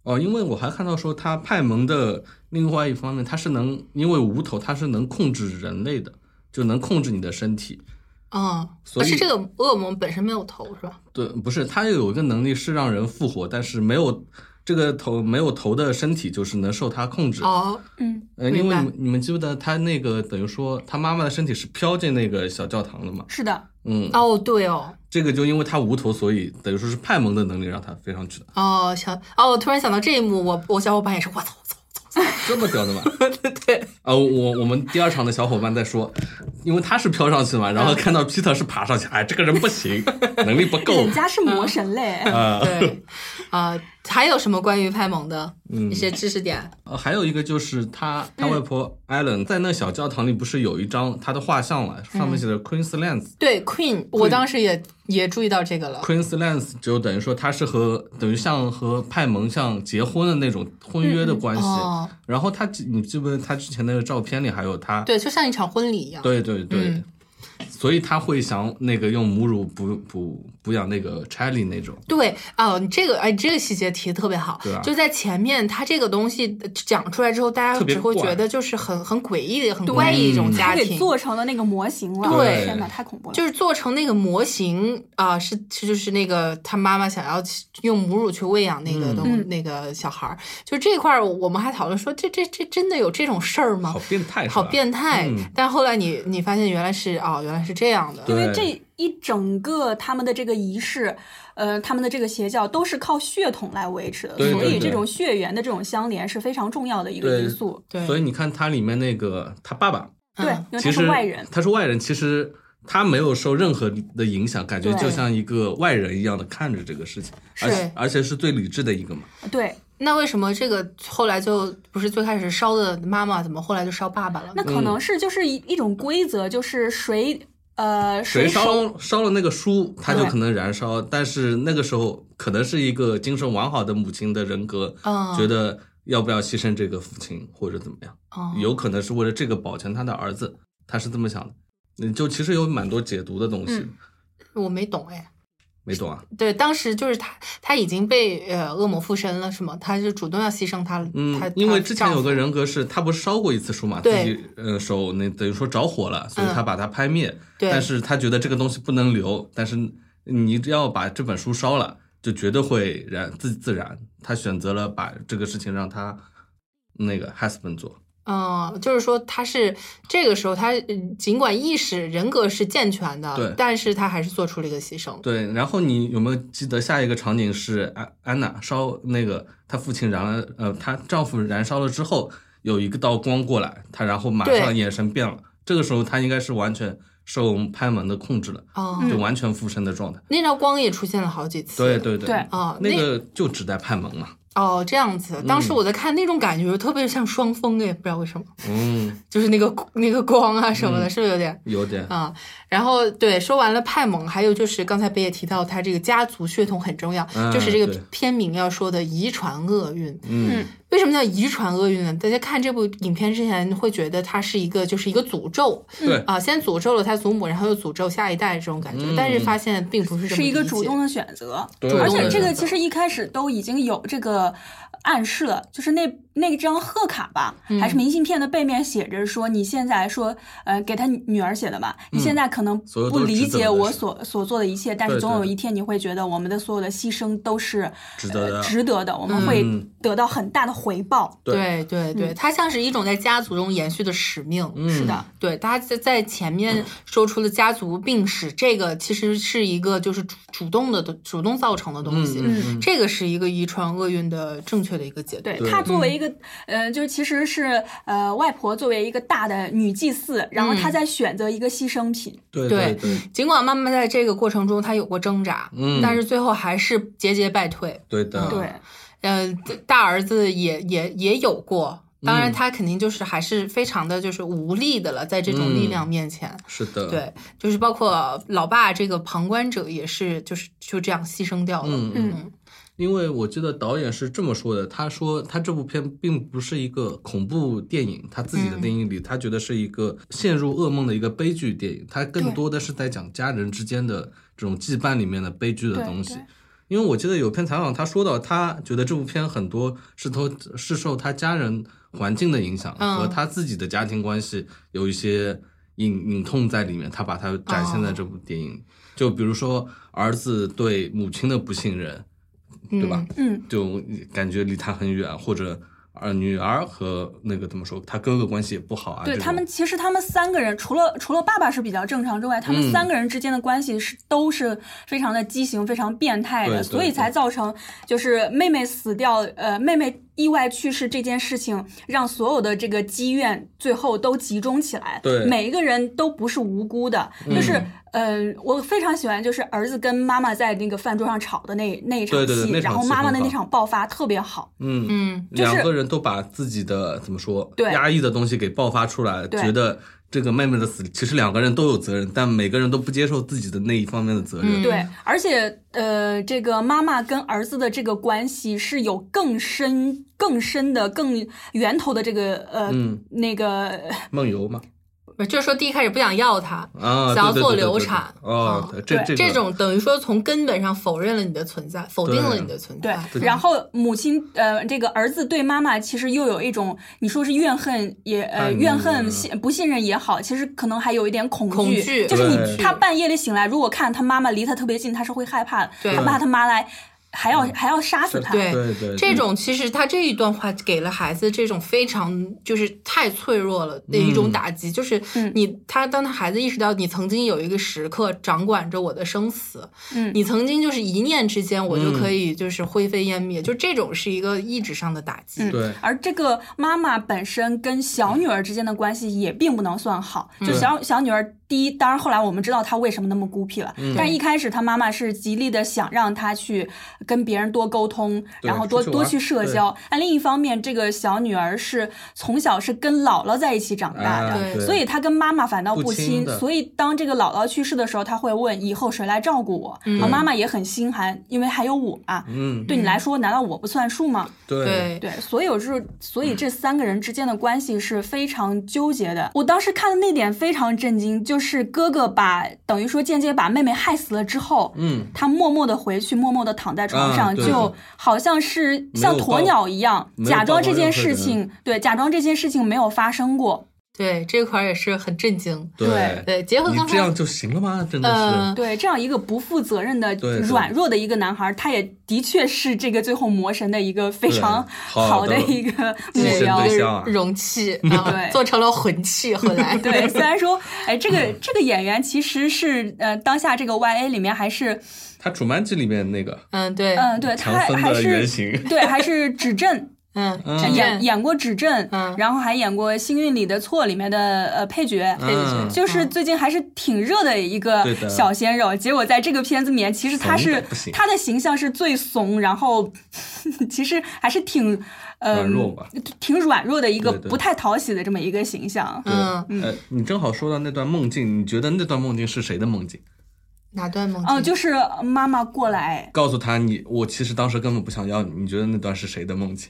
S2: 哦，因为我还看到说他派蒙的另外一方面，他是能因为无头，他是能控制人类的，就能控制你的身体。
S1: 啊，
S2: 所以
S1: 是这个恶魔本身没有头是吧？
S2: 对，不是他有一个能力是让人复活，但是没有这个头没有头的身体就是能受他控制。
S1: 哦，
S3: 嗯，
S2: 呃，
S1: 明
S2: 因为
S1: 白
S2: 你们你们记不得他那个等于说他妈妈的身体是飘进那个小教堂的嘛？
S3: 是的，
S2: 嗯，
S1: 哦，对哦，
S2: 这个就因为他无头，所以等于说是派蒙的能力让他飞上去的，
S1: 哦，想哦，我突然想到这一幕，我我小伙伴也是，我操我操，
S2: 这么屌的嘛？
S1: 对，
S2: 啊，我我们第二场的小伙伴在说，因为他是飘上去嘛，
S1: 嗯
S2: 然后看到 Peter 是爬上去，哎，这个人不行，能力不够
S3: 人家是魔神嘞，
S2: 啊。
S1: 对，啊，还有什么关于派蒙的
S2: 嗯
S1: 一些知识点？
S2: 呃，还有一个就是他他
S1: 嗯
S2: 外婆 Allen 在那小教堂里不是有一张他的画像嘛，上
S1: 嗯
S2: 面写着 Queensland，
S1: 对，Queen，我当时也也注意到这个
S2: 啊
S1: 了。
S2: Queenslands 就等于说他是和等于像和派蒙像结婚的那种婚约的关系。
S1: 哦，
S2: 然后他记你记不记得他之前那个照片里还有他？
S1: 对，就像一场婚礼一样。
S2: 对对对
S1: 嗯
S2: 所以他会想那个用母乳哺哺哺养那个 Charlie 那种。
S1: 对啊，你这个哎，这个细节提的特别好，
S2: 对啊
S1: 就在前面，他这个东西讲出来之后，大家
S2: 特别
S1: 只会
S2: 怪
S1: 觉得就是很很诡异、很怪异的一种
S2: 嗯
S1: 家
S3: 他
S1: 庭
S3: 给，做成了那个模型了，
S2: 对
S3: 天哪，太恐怖了，
S1: 就是做成那个模型啊、是是就是那个他妈妈想要去用母乳去喂养那个东、
S3: 嗯
S1: 那个小孩儿，就这块儿我们还讨论说，这这这真的有这种事儿吗
S2: 好？变态，
S1: 哦好。变态！
S2: 嗯
S1: 但后来你你发现原来是哦，原来是这样的，
S2: 对
S3: 因为这一整个他们的这个仪式，呃，他们的这个邪教都是靠血统来维持的，
S2: 对
S3: 所
S2: 对
S3: 以
S2: 对
S3: 这种血缘的这种相连是非常重要的一个
S2: 对
S3: 因素。
S1: 对
S2: 所以你看他里面那个他爸爸，
S1: 嗯
S3: 对，因为
S2: 其实
S3: 他是外人，
S2: 他是外人，其实他没有受任何的影响，感觉
S3: 对
S2: 就像一个外人一样的看着这个事情，
S1: 是
S2: 而且而且是最理智的一个嘛。
S3: 对，
S2: 嗯
S1: 那为什么这个后来就不是最开始烧的妈妈，怎么后来就烧爸爸了呢？
S3: 那可能是就是一一种规则，就是谁呃
S2: 谁
S3: 手
S2: 烧烧了那个书，他就
S3: 对
S2: 可能燃烧。但是那个时候，可能是一个精神完好的母亲的人格，
S1: 嗯
S2: 觉得要不要牺牲这个父亲或者怎么样，
S1: 哦
S2: 有可能是为了这个保全他的儿子，他是这么想的。嗯，就其实有蛮多解读的东西，
S3: 嗯
S1: 我没懂哎。
S2: 没懂啊？
S1: 对，当时就是他，他已经被呃恶魔附身了，是吗？他是主动要牺牲他，
S2: 嗯
S1: 他，
S2: 因为之前有个，
S1: 他丈夫
S2: 人格是他不是烧过一次书嘛，自
S1: 对嗯
S2: 己呃手那等于说着火了，所以他把它拍灭。
S1: 对
S2: 但是他觉得这个东西不能留，但是你只要把这本书烧了，就绝对会燃自自燃。他选择了把这个事情让他那个 husband 做，
S1: 嗯，就是说他是这个时候他嗯尽管意识人格是健全的
S2: 对，
S1: 但是他还是做出了一个牺牲。
S2: 对，然后你有没有记得下一个场景是安安娜烧那个她父亲燃了，呃，她丈夫燃烧了之后，有一个道光过来，她然后马上
S1: 对
S2: 眼神变了，这个时候她应该是完全受拍门的控制了，
S1: 哦，
S2: 就完全附身的状态。
S1: 那道光也出现了好几次。
S2: 对对对，
S3: 对
S1: 哦，
S2: 那个就只带派门嘛，
S1: 哦，这样子。当时我在看那种感觉，特别像双峰，哎，不知道为什么，
S2: 嗯，
S1: 就是那个那个光啊什么的，是不是有点？
S2: 有点，
S1: 啊、然后对，说完了派蒙，还有就是刚才北也提到，他这个家族血统很重要，
S2: 嗯
S1: 就是这
S2: 对
S1: 个片名要说的遗传厄运。
S2: 嗯
S1: 为什么叫遗传厄运呢？大家看这部影片之前会觉得它是一个就是一个诅咒
S2: 对，嗯
S1: 啊、先诅咒了他祖母，然后又诅咒下一代这种感觉，但是发现并不是这么
S3: 是一个
S1: 理
S3: 主
S1: 解
S3: 动的选择，
S2: 对
S3: 而且
S1: 对
S3: 这个
S1: 对
S3: 其实一开始都已经有这个暗示了，就是那那张贺卡吧，
S2: 嗯
S3: 还是明信片的背面写着说你现在说，呃，给他女儿写的吧，你现在可能
S2: 嗯所有
S3: 不
S2: 都是
S3: 理
S2: 值得
S3: 解
S2: 的
S3: 我
S2: 是
S3: 所所做的一切，但是
S2: 对
S3: 总
S2: 对
S3: 有
S2: 的
S3: 一天你会觉得我们的所有的牺牲都是
S2: 值得的
S3: 呃值得的，我们会
S2: 嗯
S3: 得到很大的回报。
S1: 对对对，它像是一种在家族中延续的使命。
S2: 嗯
S3: 是的，
S1: 对，他在在前面说出了家族病史，这个其实是一个就是主主动的主动造成的东西。
S2: 嗯
S3: 嗯
S1: 这个是一个遗传厄运的正确的一个解读。
S3: 对
S2: 对
S3: 她作为一个，呃，就其实是呃外婆作为一个大的女祭祀，然后她在选择一个牺牲品，
S2: 对
S1: 对
S2: 对
S1: 尽管妈妈在这个过程中她有过挣扎，
S2: 嗯
S1: 但是最后还是节节败退。
S2: 对的，
S3: 对，
S1: 嗯、大儿子也也也有过。当
S2: 嗯
S1: 然，他肯定就是还是非常的就是无力的了，在这
S2: 嗯
S1: 种力量面前，
S2: 是的，，
S1: 对，就是包括老爸这个旁观者也是，就是就这样牺牲掉了。
S2: 嗯
S3: 嗯
S2: 因为我记得导演是这么说的，他说他这部片并不是一个恐怖电影，他自己
S3: 嗯
S2: 的定义里，他觉得是一个陷入噩梦的一个悲剧电影，他更多的是在讲家人之间的这种羁绊里面的悲剧的
S3: 对
S2: 东西
S3: 对。
S2: 因为我记得有篇采访，他说到他觉得这部片很多是他是受他家人环境的影响
S1: 嗯
S2: 和他自己的家庭关系有一些隐隐痛在里面，他把它展现在
S3: 哦
S2: 这部电影里。就比如说儿子对母亲的不信任，对吧？
S3: 嗯，
S2: 就感觉离他很远，或者呃女儿和那个怎么说，他哥哥关系也不好啊。
S3: 对
S2: 这种
S3: 他们，其实他们三个人，除了除了爸爸是比较正常之外，他们
S2: 嗯
S3: 三个人之间的关系是都是非常的畸形、非常变态的，
S2: 对对
S3: 所以才造成就是妹妹死掉，呃，妹妹意外去世这件事情，让所有的这个积怨最后都集中起来。
S2: 对嗯
S3: 每一个人都不是无辜的，就是。呃，我非常喜欢，就是儿子跟妈妈在那个饭桌上吵的那那一场戏，
S2: 对对对那场
S3: 然后
S2: 戏
S3: 妈妈
S2: 很
S3: 的那
S2: 好
S3: 场爆发特别好。
S2: 嗯
S1: 嗯，
S3: 就是
S2: 两个人都把自己的怎么说
S3: 对
S2: 压抑的东西给爆发出来，
S3: 对
S2: 觉得这个妹妹的死，其实两个人都有责任，但每个人都不接受自己的那一方面的责任。
S1: 嗯
S3: 对，而且呃，这个妈妈跟儿子的这个关系是有更深、更深的、更源头的这个呃、
S2: 嗯
S3: 那个
S2: 梦游嘛，
S1: 不是呃就是说第一开始不想要他，
S2: 啊，
S1: 想要
S2: 对对
S1: 做
S2: 对对
S1: 流
S2: 对
S1: 产
S2: 哦，
S1: 嗯
S2: 这这
S3: 对
S1: 这
S2: 个
S1: 种等于说从根本上否认了你的存在，否定了你的存
S3: 对
S1: 在。，
S2: 对
S3: 然后母亲呃，这个儿子对妈妈其实又有一种你说是怨恨也呃
S2: 叛逆
S3: 怨恨
S2: 嗯
S3: 信不信任也好，其实可能还有一点恐惧，
S1: 恐惧
S3: 就是你
S2: 对
S3: 他半夜里醒来，如果看他妈妈离他特别近，他是会害怕的，
S1: 对嗯
S3: 他怕他妈来还要还要杀死他，
S1: 对
S2: 对对
S1: 这种其实他这一段话给了孩子这种非常就是太脆弱了的一种
S2: 嗯
S1: 打击，就是你他当他孩子意识到你曾经有一个时刻掌管着我的生死，
S3: 嗯
S1: 你曾经就是一念之间我就
S2: 嗯
S1: 可以就是灰飞烟灭，就这种是一个意志上的打击。
S2: 嗯对
S3: 而这个妈妈本身跟小女儿之间的关系也并不能算好，就小小女儿第一，当然后来我们知道她为什么那么孤僻了，
S2: 嗯
S3: 但一开始她妈妈是极力的想让她去跟别人多沟通，
S2: 对
S3: 然后多
S2: 出去玩
S3: 多去社交。但另一方面，这个小女儿是从小是跟姥姥在一起长大的，
S2: 啊
S1: 对
S2: 对
S3: 所以她跟妈妈反倒不
S2: 不
S3: 亲
S2: 亲，的
S3: 所以当这个姥姥去世的时候，她会问以后谁来照顾我，然后妈妈也很心寒，因为还有我啊。
S2: 嗯
S3: 对你来说，难道我不算数吗？
S1: 对，
S3: 对，所以我就是，所以这三个人之间的关系是非常纠结的。我当时看的那点非常震惊，就是哥哥把等于说间接把妹妹害死了之后，
S2: 嗯，
S3: 他默默的回去，默默的躺在床
S2: 啊
S3: 上，
S2: 对
S3: 就好像是像鸵鸟一样，
S2: 没有报
S3: 假装这件
S2: 没
S3: 事
S2: 有报告任何
S3: 情，对，假装这件事情没有发生过。
S1: 对这块儿也是很震惊。
S2: 对，
S1: 对，结合
S2: 你
S1: 刚
S2: 这
S1: 才
S2: 样就行了吗？真的
S1: 嗯
S2: 是，
S3: 对，这样一个不负责任的
S2: 对对
S3: 软弱的一个男孩，他也的确是这个最后魔神的一个非常
S2: 对
S3: 好
S2: 好的
S3: 的一个
S2: 精
S3: 目
S2: 神
S3: 标。
S2: 对象啊
S1: 容 器啊，
S3: 对
S1: 做成了魂器后来。
S3: 对，虽然说，哎，
S2: 嗯
S3: 这个这个演员其实是呃，当下这个 Y A 里面还是，
S2: 他《楚蛮记》里面那个
S1: 嗯，对，
S3: 嗯、对，他
S2: 强
S3: 还
S2: 森
S3: 还
S2: 的原
S3: 是
S2: 型，
S3: 对，还是指正
S1: 嗯，
S2: 嗯
S1: 陈
S3: 演
S1: 震，
S3: 演过指正，
S1: 嗯
S3: 然后还演过《幸运里的错》里面的呃配角。
S1: 对对
S2: 嗯
S1: 对
S3: 就是最近还是挺热的一个
S2: 对的
S3: 小鲜肉，结果在这个片子里面，其实他
S2: 怂
S3: 是
S2: 得不行
S3: 他的形象是最怂，然后 其实还是挺
S1: 嗯
S3: 呃
S2: 软弱吧
S3: 挺软弱的一个
S2: 对对
S3: 不太讨喜的这么一个形象。
S1: 嗯
S2: 对，呃，你正好说到那段梦境，你觉得那段梦境是谁的梦境？
S1: 哪段梦
S3: 哦、
S1: 境？
S3: 就是妈妈过来，
S2: 告诉他你，我其实当时根本不想要你。你觉得那段是谁的梦境？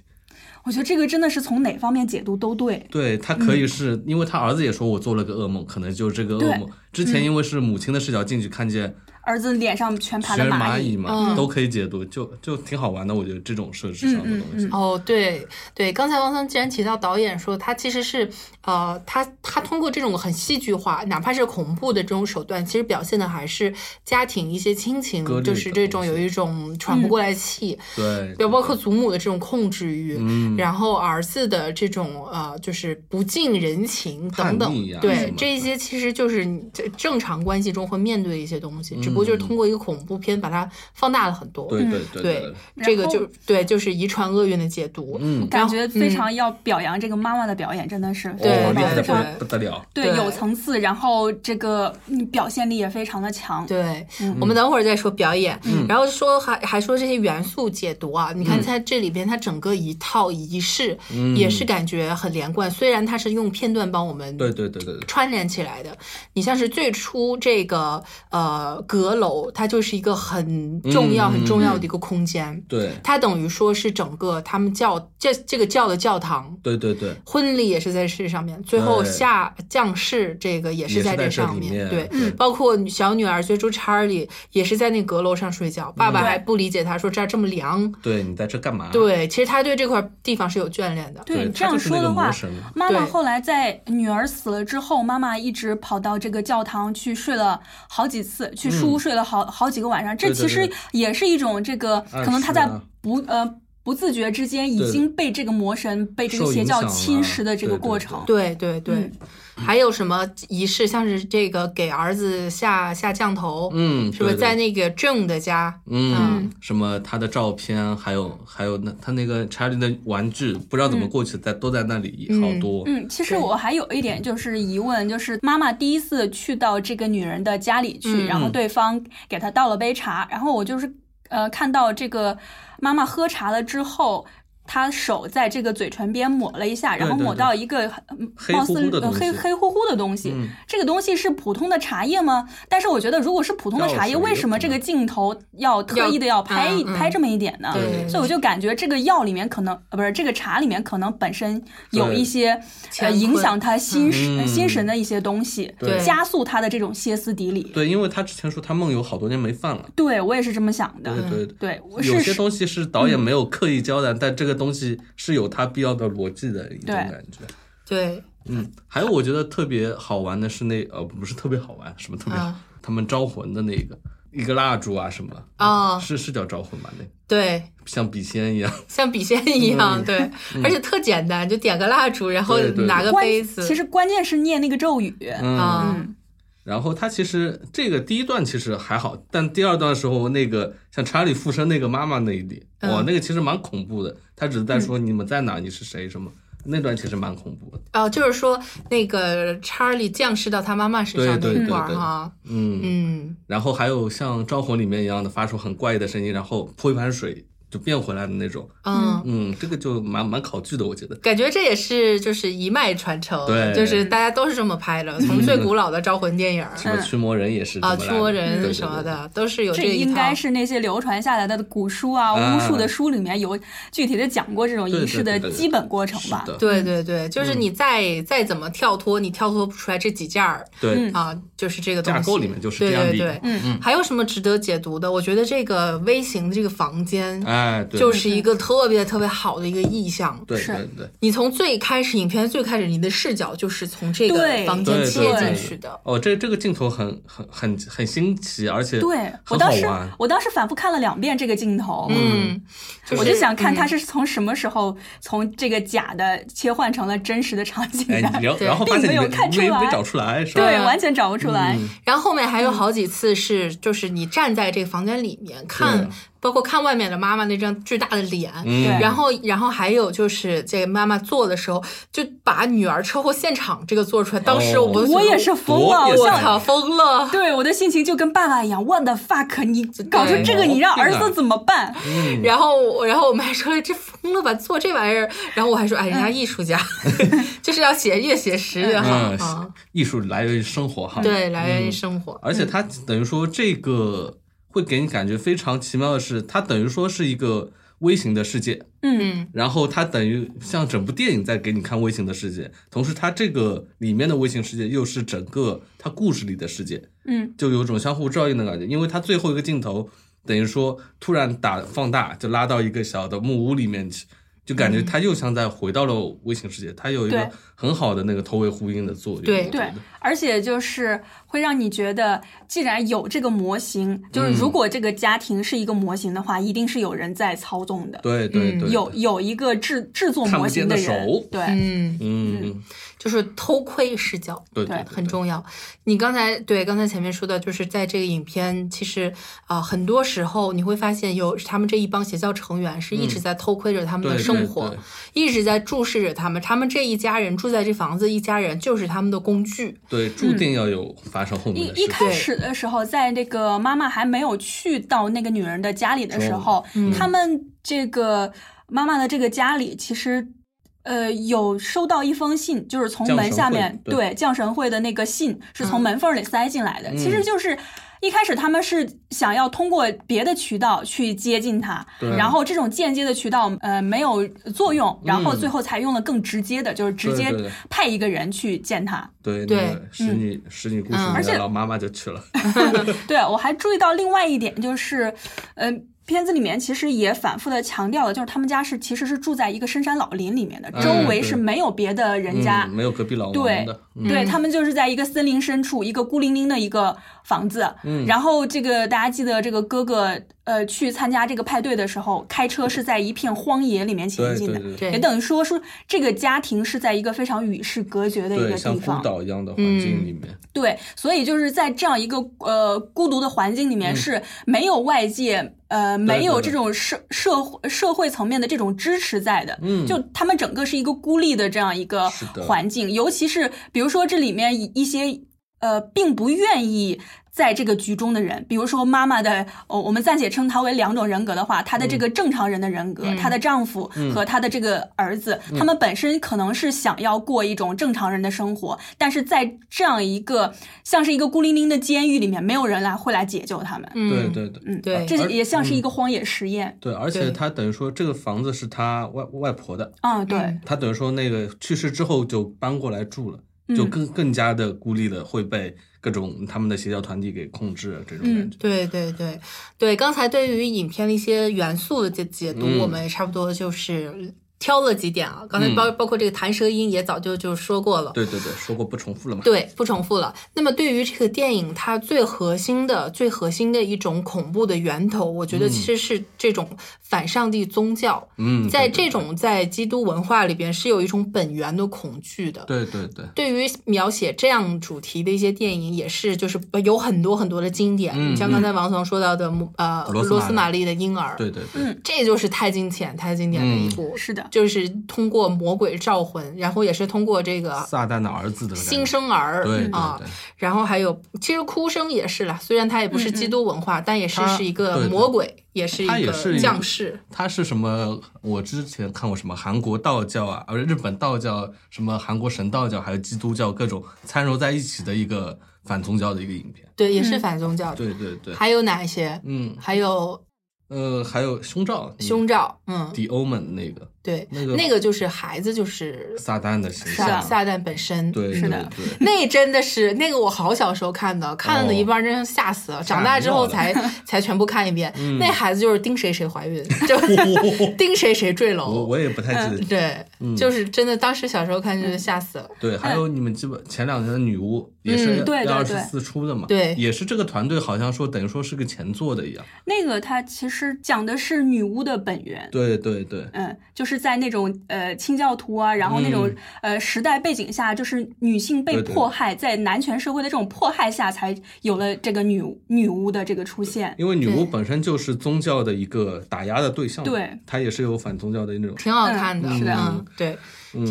S3: 我觉得这个真的是从哪方面解读都对。
S2: 对他可以是、因为他儿子也说我做了个噩梦，可能就是这个噩梦。之
S1: 嗯
S2: 前因为是母亲的视角进去看见
S3: 儿子脸上全爬的
S2: 全是
S3: 蚂
S2: 蚂
S3: 蚁，
S2: 蚁嘛，
S1: 嗯
S2: 都可以解读，就就挺好玩的。我觉得这种设置上的东西，
S1: 哦，对对，刚才王森既然提到导演说他其实是呃，他他通过这种很戏剧化，哪怕是恐怖的这种手段，其实表现的还是家庭一些亲情
S2: 割，裂
S1: 就是
S2: 的
S1: 这
S2: 东
S1: 种
S2: 西
S1: 有一种喘
S3: 嗯
S1: 不过来气，
S2: 对，
S1: 要包括祖母的这种控制欲，
S2: 嗯
S1: 然后儿子的这种呃，就是不近人情等
S2: 叛逆
S1: 等，
S2: 呀什
S1: 对
S2: 么的
S1: 这一些其实就是你这正常关系中会面对的一些东西，只不过就是通过一个恐怖片把它放大了很多。
S2: 嗯对
S1: 嗯
S2: 对对哦
S1: 对
S2: 对，
S1: 这个
S3: 然后
S1: 就对，就是遗传厄运的解读。嗯
S3: 感觉非常要表扬这个妈妈的表演，真的是
S1: 对
S2: 哦，厉害的不
S3: 非常
S1: 对
S2: 不得了。
S3: 对
S1: 对
S3: 有层次，然后这个嗯表现力也非常的强。
S1: 嗯对，
S3: 嗯
S1: 我们等会儿再说表演，
S2: 嗯
S1: 然后说还还说这些元素解读啊，你看它这里边它整个一套仪式
S2: 嗯
S1: 也是感觉很连贯，虽然它是用片段帮我们
S2: 对对对对对，
S1: 串联起来的。你像是最初这个呃阁楼，它就是一个很重要、
S2: 嗯
S1: 很重要的一个空间，
S2: 对
S1: 它等于说是整个他们教这这个教的教堂。
S2: 对对对，
S1: 婚礼也是在这上面，最后
S2: 对
S1: 下降世这个也是
S2: 也是
S1: 在这
S2: 在这
S1: 上
S2: 里
S1: 面，
S2: 面
S1: 对，嗯
S2: 对
S1: 包括女小女儿最初查尔里也是在那阁楼上睡觉，
S2: 嗯
S1: 爸爸
S3: 对
S1: 还不理解他说这儿这么凉，
S2: 对你在这干嘛？
S1: 对，其实他对这块地方是有眷恋的，
S2: 对
S3: 对，
S2: 他
S3: 嗯这样
S2: 就是
S3: 说
S2: 那个
S3: 的话
S2: 魔神，
S3: 妈妈
S1: 对
S3: 后来在女儿死了之后，妈妈一直跑到这个教堂去睡了好几次，去书屋睡了好好几个晚上。这
S2: 嗯对对
S3: 其实
S2: 对
S3: 也是一种这个，
S2: 暗
S3: 可能
S2: 示
S3: 她在
S2: 啊
S3: 不呃不自觉之间已
S2: 对
S3: 经被这个魔神、被这个
S2: 受
S3: 邪
S2: 影
S3: 教
S2: 响
S3: 侵
S2: 了
S3: 蚀的这
S2: 对
S3: 个
S2: 对
S3: 过
S2: 对
S3: 程。
S1: 对对对，
S3: 嗯
S1: 还有什么仪式，像是这个给儿子下下降头，
S2: 嗯，
S1: 是不是
S2: 对对
S1: 在那个郑的家？
S2: 嗯，什么他的照片，还有还有那他那个查理的玩具，不知道怎么过去，在都在那里好多。
S3: 嗯，其实
S1: 对
S3: 我还有一点就是疑问，就是妈妈第一次去到这个女人的家里去，
S1: 嗯
S3: 然后对方给她倒了杯茶，然后我就是呃看到这个妈妈喝茶了之后。她手在这个嘴唇边抹了一下，然后
S2: 对对
S3: 抹
S2: 对
S3: 到一个嗯
S2: 黑
S3: 貌
S2: 乎
S3: 似
S2: 乎的
S3: 呃
S2: 东
S3: 黑
S2: 西嗯
S3: 黑乎乎的东西。这个东西是普通的茶叶吗？但是我觉得，如果是普通的
S2: 药
S3: 茶叶，
S2: 水
S3: 为
S2: 有
S3: 什么
S2: 可
S3: 这个
S2: 能
S3: 镜头要特
S1: 要
S3: 意的要拍一
S1: 嗯嗯
S3: 拍这么一点呢？
S1: 对
S3: 所以我就感觉这个药里面可能呃不是这个茶里面可能本身有一些
S1: 乾
S3: 呃
S1: 坤
S3: 影响他心神、呃
S2: 嗯
S3: 心神的一些东西，
S1: 对
S3: 加速他的这种歇斯底里。
S2: 对，因为他之前说他梦游好多年没犯了。
S3: 对我也是这么想的。
S2: 对对。
S3: 对，我
S2: 有
S3: 是
S2: 些东西是导演没有刻意交代，但这个东西是有它必要的逻辑的一种
S3: 对
S2: 感觉。
S1: 对，
S2: 嗯，还有我觉得特别好玩的是那呃，不是特别好玩，什么特别好，
S1: 啊
S2: 他们招魂的那个一个蜡烛啊什么
S1: 啊
S2: 是是叫招魂吧？那个
S1: 对，
S2: 像笔仙一样，
S1: 像笔仙一样，对，而且特简单，就点个蜡烛，然后
S2: 嗯对对对
S1: 拿个
S3: 关
S1: 杯子，
S3: 其实关键是念那个咒语。
S2: 嗯，
S1: 啊，
S2: 然后他其实这个第一段其实还好，但第二段的时候，那个像查理附身那个妈妈那一点，
S1: 嗯
S2: 哇，那个其实蛮恐怖的。他只是在说你们在哪，你是谁什么，那段其实蛮恐怖的。
S1: 哦，就是说那个查理降世到他妈妈身上
S2: 对对
S1: 那
S2: 对
S1: 块儿
S2: 对
S1: 哈，
S2: 嗯，
S1: 嗯，
S2: 然后还有像《招魂》里面一样的发出很怪异的声音，然后泼一盆水就变回来的那种。
S1: 嗯，
S2: 嗯，这个就蛮蛮考据的，我觉得。
S1: 感觉这也是就是一脉传承，
S2: 对
S1: 就是大家都是这么拍的，从最古老的招魂电影 儿
S2: 什么驱魔人也是这么
S1: 啊，
S2: 来的
S1: 驱魔
S2: 对对
S1: 人
S2: 对
S1: 什么的，都是有
S3: 这
S1: 一
S3: 应
S1: 套
S3: 该。是那些流传下来的古书啊、
S2: 啊
S3: 巫术的书里面有具体的讲过这种仪
S2: 对
S3: 式
S2: 对
S3: 的
S2: 对对
S3: 基本过程
S2: 是
S3: 吧？
S2: 的，嗯
S1: 对对对，就是你再再怎么跳脱，你跳脱不出来这几件儿
S2: 对，
S1: 啊，就是这个东西
S2: 嗯架构里面就是
S1: 对
S2: 这样的
S1: 对
S2: 一
S1: 对
S2: 个，，
S1: 嗯，还有什么值得解读的？我觉得这个微型的这个房间，
S2: 哎哎，对，
S1: 就是一个特别特别好的一个意象。
S2: 对
S3: 是
S2: 对对。
S1: 你从最开始影片最开始，你的视角就是从这个
S3: 对
S1: 房间
S2: 对
S1: 切
S2: 对
S1: 进
S2: 对
S1: 去的。
S2: 哦，这这个镜头很很很很新奇，而且
S3: 对我
S2: 很好
S3: 当时
S2: 玩。
S3: 我当时反复看了两遍这个镜头，
S1: 嗯，是
S3: 我就想看
S2: 嗯
S3: 他是从什么时候从这个假的切换成了真实的场景
S2: 哎，
S3: 的
S2: 你。聊
S1: 对
S2: 然后发现
S3: 并
S2: 你
S3: 没
S2: 没
S3: 有看出
S2: 没
S3: 来
S2: 没找出来是吧？
S3: 对，完全找不出来。
S2: 嗯
S1: 然后后面还有好几次是，就是你站在这个房间里面看
S2: 对，
S1: 包括看外面的妈妈那张巨大的脸，
S2: 嗯，
S1: 然后然后还有就是这个妈妈做的时候，就把女儿车祸现场这个做出来，当时
S2: 哦
S1: 我
S3: 我也是疯了，
S2: 我也
S3: 我
S2: 是
S1: 我
S3: 像
S1: 操疯了。
S3: 对我的心情就跟爸爸一样，What the fuck！你搞出这个，你让儿
S2: 啊
S3: 子怎么办？
S2: 嗯
S1: 然后我，然后我们还说这疯了吧，做这玩意儿。然后我还说，哎，人家艺术 家，就是要写越写实越好
S2: 嗯
S1: 啊。
S2: 艺术来源于生活哈。
S1: 对，来源于生活。
S2: 而
S3: 嗯
S2: 且它等于说这个会给你感觉非常奇妙的是，它等于说是一个微型的世界，
S1: 嗯，
S2: 然后它等于像整部电影在给你看微型的世界，同时它这个里面的微型世界又是整个它故事里的世界，
S3: 嗯，
S2: 就有种相互照应的感觉，因为它最后一个镜头等于说突然打放大，就拉到一个小的木屋里面去。就感觉它又像在回到了微型世界，它有一
S3: 对
S2: 个很好的那个头尾呼应的作用。
S1: 对
S2: 我觉
S3: 对
S2: 得，
S3: 而且就是会让你觉得，既然有这个模型，就是如
S2: 嗯
S3: 果这个家庭是一个模型的话，一定是有人在操纵的，
S2: 对对
S1: 嗯
S2: 对，
S3: 有有一个制制作模型人
S2: 看不，
S3: 对，
S1: 嗯，
S2: 嗯，
S1: 就是偷窥视角。
S2: 对
S3: 对
S2: 对，
S1: 很重要。你刚才对刚才前面说的，就是在这个影片，其实啊、呃很多时候你会发现有他们这一帮邪教成员是一直在偷窥着他们的
S2: 嗯对
S1: 生
S2: 对
S1: 活，
S2: 对
S1: 一直在注视着他们。他们这一家人住在这房子，一家人就是他们的工具。
S2: 对，注定要有发生后
S3: 一
S2: 面的事
S3: 一
S2: 情。
S3: 开始的时候，在那个妈妈还没有去到那个女人的家里的时候，
S2: 嗯
S3: 他们这个妈妈的这个家里其实。呃，有收到一封信，就是从
S2: 降
S3: 门
S2: 神
S3: 下
S2: 会
S3: 面
S2: 对
S3: 对降神会的那个信是从门缝儿里塞进来的。
S2: 嗯
S3: 其实就是一开始他们是想要通过别的渠道去接近他，
S2: 对
S3: 然后这种间接的渠道呃没有作用，然后
S2: 嗯
S3: 最后才用了更直接的，就是直
S2: 对
S3: 接
S2: 对对
S3: 派一个人去见他。
S2: 对
S1: 对
S2: 那个使女使女故
S1: 嗯
S2: 事里
S3: 而且
S2: 的老妈妈就去了，
S3: 对，我还注意到另外一点，就是，嗯、片子里面其实也反复的强调了，就是他们家是其实是住在一个深山老林里面的，周
S2: 嗯
S3: 围
S2: 对
S3: 是没有别的人家，
S2: 嗯没有隔壁老
S3: 对
S2: 王的，嗯
S3: 对他们就是在一个森林深处，一个孤零零的一个房子。嗯，然后这个大家记得这个哥哥呃去参加这个派对的时候，开车是在一片荒野里面前
S2: 嗯对
S3: 进的，
S2: 对
S1: 对
S3: 也等于说说这个家庭是在一个非常与世隔绝的一个
S2: 对，像
S3: 地
S2: 孤
S3: 方。
S2: 岛一样的环境里面，
S3: 对，所以就是在这样一个呃孤独的环境里面，是没有外界呃没有
S2: 嗯对对
S3: 这种社社会社会层面的这种支持在的，嗯，就他们整个是一个孤立的这样一个
S2: 是的
S3: 环境，尤其是比如说这里面一一些呃并不愿意。在这个局中的人，比如说妈妈的，哦，我们暂且称她为两种人格的话，她的这个正常人的人格，她的丈夫和她的这个儿子，他们本身可能是想要过一种正常人的生活，但是在这样一个像是一个孤零零的监狱里面，没有人来会来解救他们。
S1: 嗯，
S2: 对对对。
S3: 嗯，
S1: 对
S3: 这
S2: 而
S3: 也像是一个荒野实验。
S2: 对，而且
S1: 对
S2: 他等于说这个房子是他外外婆的，
S3: 嗯，对
S1: 嗯，
S2: 他等于说那个去世之后就搬过来住了，就更
S1: 嗯
S2: 更加的孤立了，会被各种他们的邪教团体给控制啊这种感觉。
S1: 对对对对，刚才对于影片的一些元素的解解读，
S2: 嗯
S1: 我们也差不多就是挑了几点啊。刚才
S2: 嗯
S1: 包包括这个弹舌音也早就就说过了。
S2: 对对对，说过不重复了嘛。
S1: 对，不重复了。那么对于这个电影，它最核心的、最核心的一种恐怖的源头，我觉得其实是这种反上帝宗教。
S2: 嗯，
S1: 在
S2: 对
S1: 这种在基督文化里边是有一种本源的恐惧的。
S2: 对对对，
S1: 对于描写这样主题的一些电影，也是就是呃有很多很多的经典，
S2: 嗯
S1: 你像刚才王总说到的《呃
S2: 罗斯
S1: 罗
S2: 玛
S1: 斯玛丽的婴儿》，
S2: 对嗯对
S3: 嗯
S2: 对，
S1: 这就是太经典、太经典的一部，
S3: 是的，
S1: 就是通过魔鬼召魂，然后也是通过这个
S2: 撒旦的儿子的感
S1: 嗯
S2: 觉
S1: 新生儿
S2: 对对
S1: 啊，
S2: 对，
S1: 然后还有，其实哭声也是啦，虽然它也不是基督文化，但也是
S2: 它
S1: 是一个
S2: 对
S1: 魔鬼，也是一
S2: 它也是一
S1: 个
S2: 个
S1: 将士。
S2: 它是什么？我之前看过什么韩国道教啊，而日本道教、什么韩国神道教，还有基督教各种掺揉在一起的一个反宗教的一个影片。
S1: 对，也是反宗教的。
S2: 对对对，
S1: 还有哪一些？
S2: 嗯，
S1: 还有
S2: 呃，还有胸罩，
S1: 胸罩，嗯，
S2: ，The Omen 那个
S1: 对，
S2: 那个
S1: 就是孩子就是
S2: 撒旦的形
S1: 撒
S2: 象，
S1: 撒旦本身，
S2: 对，
S3: 是
S2: 对
S3: 的
S2: 对，哦
S1: 那真的是那个，我好小时候看的，看了一半真是吓死了。长大之后才 才全部看一遍。
S2: 嗯
S1: 那孩子就是盯谁谁怀孕，就 盯谁谁坠
S2: 我嗯
S1: 楼。
S2: 我也不太记得。
S1: 对，就是真的，当时小时候看就是吓死了。
S2: 对，还有你们基本前两年的女巫也
S1: 嗯
S2: 是
S3: 对对
S2: 要二十
S3: 对
S2: 四出的嘛，
S1: 对
S2: 嗯也是这个团队好像说等于说是个前作的一样，
S3: 那个它其实讲的是女巫的本源。
S2: 对对对，
S3: 嗯，就是在那种呃清教徒啊，然后那种、
S2: 嗯
S3: 呃时代背景下，就是女性被
S2: 对对
S3: 迫害，在男权社会的这种迫害下，才有了这个女女巫的这个出现。
S2: 因为女巫
S1: 对
S2: 本身就是宗教的一个打压的对象，
S3: 对，
S2: 它也是有反宗教的那种，
S1: 挺好看的，
S2: 嗯是的
S1: 嗯，对，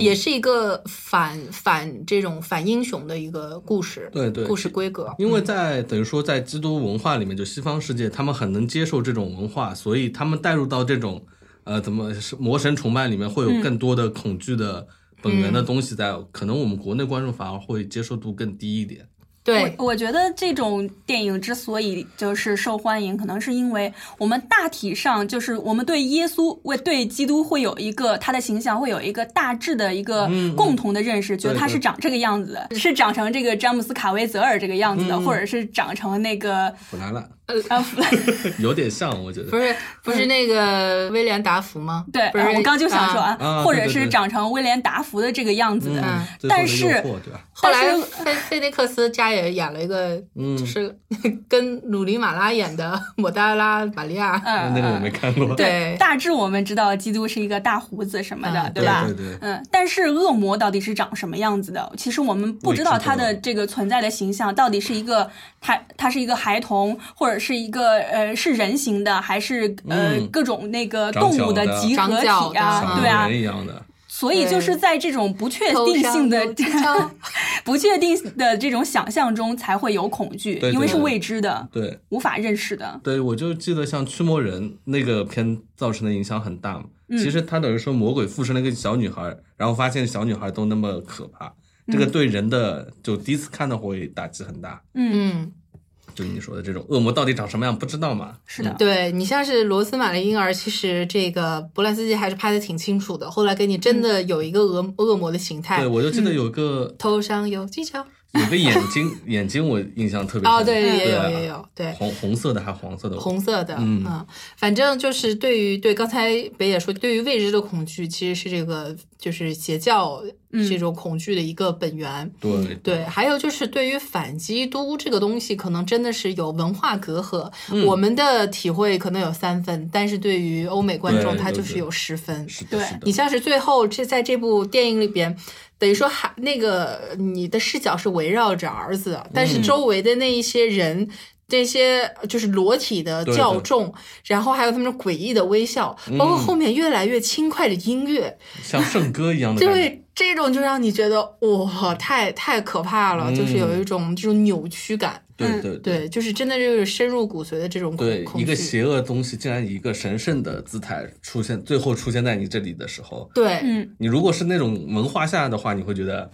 S1: 也是一个反反这种反英雄的一个故事，
S2: 对对
S1: 故事规格，嗯
S2: 因为在等于说在基督文化里面，就西方世界，他们很能接受这种文化，所以他们带入到这种呃怎么是魔神崇拜里面，会
S3: 嗯
S2: 有更多的恐惧的本源的东西在，可能我们国内观众反而会接受度更低一点。
S1: 对，
S3: 我我觉得这种电影之所以就是受欢迎，可能是因为我们大体上就是我们对耶稣、为对基督会有一个他的形象会有一个大致的一个共同的认识，觉得
S2: 嗯
S3: 他
S2: 对
S3: 是长这个样子的，是长成这个詹姆斯卡维泽尔这个样
S2: 嗯
S3: 子的，或者是长成那个
S2: 腐兰兰
S3: 呃，弗兰
S2: 有点像，我觉得
S1: 不是不是那个威廉达福吗？
S3: 嗯对，哎
S1: 不是
S3: 我刚就想说
S1: 啊，
S2: 啊
S3: 或
S2: 对
S3: 者
S2: 对
S3: 是
S2: 对
S3: 长成威廉达福的这个样子的，
S1: 嗯
S2: 最后的
S3: 啊但
S2: 诱
S3: 是
S2: 惑，对吧？
S1: 后来
S3: 但是
S1: 菲菲尼克斯家也演了一个，
S2: 嗯
S1: 就是跟鲁尼马拉演的《抹大拉玛利亚》，
S3: 嗯，
S2: 那个我
S3: 嗯
S2: 没看过，
S1: 对
S3: 大致我们知道基督是一个大胡子什么的，
S1: 嗯
S2: 对
S3: 吧？
S2: 对对
S3: 嗯，但是恶魔到底是长什么样子的？其实我们不知道他的这个存在的形象到底是一个他他是一个孩童，或者是一个呃是人形的，还是呃、
S2: 嗯
S3: 各种那个
S2: 长
S3: 动
S2: 角
S3: 物
S2: 的
S3: 集合体
S1: 长角
S3: 啊，
S1: 的
S2: 像
S3: 对啊
S2: 人，一样的，
S3: 所以就是在这种不确
S1: 头
S3: 定
S1: 上
S3: 性的
S1: 有金枪
S3: 不确定的这种想象中才会有恐惧，
S2: 对对
S3: 因为是
S2: 对
S3: 未知的，
S2: 对。
S3: 无法认识的。
S2: 对，我就记得像《驱魔人》那个片造成的影响很大嘛。其
S1: 嗯
S2: 实他等于说魔鬼附身了一个小女孩，然后发现小女孩都那么可怕，这个对人的就第一次看到会打击很大。
S1: 嗯，
S2: 就你说的这种恶魔到底长什么样不知道嘛？
S3: 是的，
S1: 嗯对你像是罗斯玛丽婴儿，其实这个波兰斯基还是拍的挺清楚的。后来给你真的有一个恶恶魔的形态
S2: 对，，我就记
S1: 嗯
S2: 得有个、
S1: 头上有金枪
S2: 有个眼睛，眼睛我印象特别深。
S1: 哦，对，也有
S2: 啊
S1: 也有，对，
S2: 红红色的还黄色的，
S1: 红色的，
S2: 嗯
S1: 反正就是对于对刚才北野说，对于未知的恐惧，其实是这个就是邪教
S3: 嗯
S1: 这种恐惧的一个本源。
S2: 对
S1: 对，还有就是对于反基督这个东西，可能真的是有文化隔阂。
S2: 嗯
S1: 我们的体会可能有三分，但是对于欧美观众，
S2: 对
S1: 他
S2: 对
S1: 就是
S2: 对
S1: 有十分。
S2: 是的，
S3: 对
S2: 是的
S1: 你。像是最后这在这部电影里边，等于说还那个你的视角是围绕着儿子，但
S2: 嗯
S1: 是周围的那一些人。这些就是裸体的
S2: 对嗯
S1: 较
S2: 对
S1: 重，然后还有他们诡异的微笑，包括后面越来越轻快的音乐，
S2: 像圣歌一样的感觉。
S1: 对，这种就让你觉得哇，太太可怕了，就是有一种这种扭曲感。
S2: 对嗯对
S1: 嗯对，就是真的就是深入骨髓的这种恐
S2: 对
S1: 恐
S2: 一个
S1: 惧。
S2: 邪恶的东西，竟然以一个神圣的姿态出现，最后出现在你这里的时候，
S1: 对，
S3: 嗯，
S2: 你如果是那种文化下的话，你会觉得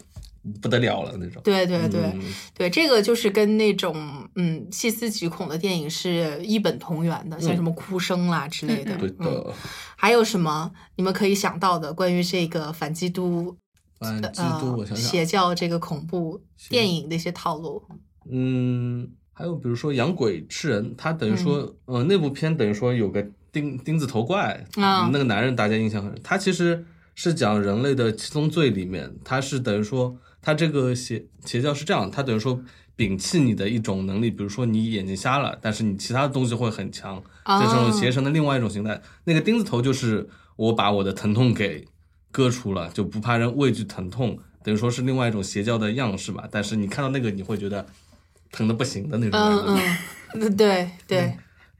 S2: 不得了了那种。
S1: 对对对、
S2: 嗯
S1: 对，这个就是跟那种嗯细思极恐的电影是一本同源的，像什么哭声啦之类的。
S2: 嗯对呃
S1: 嗯，
S2: 的，
S1: 还有什么你们可以想到的关于这个反基督
S2: 反基督，我
S1: 呃
S2: 想想，
S1: 邪教这个恐怖电影的一些套路？
S2: 嗯，还有比如说《养鬼吃人》，他等于说，呃，那部片等于说有个钉钉子头怪，
S1: 啊
S2: 那个男人大家印象很深，他其实是讲人类的七宗罪里面，他是等于说他这个邪邪教是这样，他等于说。摒弃你的一种能力，比如说你眼睛瞎了，但是你其他的东西会很强，
S1: 啊
S2: 这种邪神的另外一种形态。那个钉子头就是我把我的疼痛给割除了，就不怕人畏惧疼痛，等于说是另外一种邪教的样式吧。但是你看到那个，你会觉得疼的不行的那种感
S1: 嗯
S2: 觉，
S1: 嗯，对对，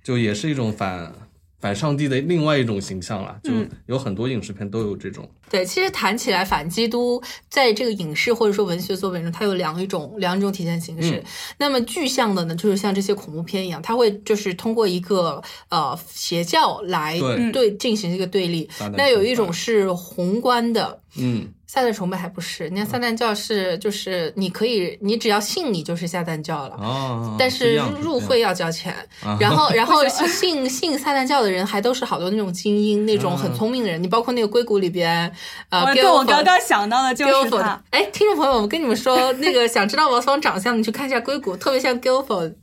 S2: 就也是一种反反上帝的另外一种形象了。就
S1: 嗯
S2: 有很多影视片都有这种，
S1: 对，其实谈起来反基督，在这个影视或者说文学作品中，它有两一种两种体现形
S2: 嗯
S1: 式。那么具象的呢，就是像这些恐怖片一样，它会就是通过一个呃邪教来
S2: 对
S1: 对进行一个对立
S2: 撒旦。
S1: 那有
S2: 崇
S1: 一
S2: 拜
S1: 种是宏观的，
S2: 嗯，
S1: 撒旦崇拜还不是，人家撒旦教是就是你可以，你只要信你就是撒旦教了。
S2: 哦，
S1: 但
S2: 不一
S1: 是
S2: 样不一
S1: 入
S2: 样
S1: 会要交钱，
S2: 啊
S1: 然 后然后 信信撒旦教的人还都是好多那种精英，那种
S2: 嗯
S1: 很聪明的人。你包括那个硅谷里边，呃，
S3: 我
S1: 给
S3: 对我
S1: 搞
S3: 刚刚想到的就是他
S1: Guilford，，哎，听众朋友们，我跟你们说，那个想知道王思王长相，你去看一下硅谷，特别像 Guilford。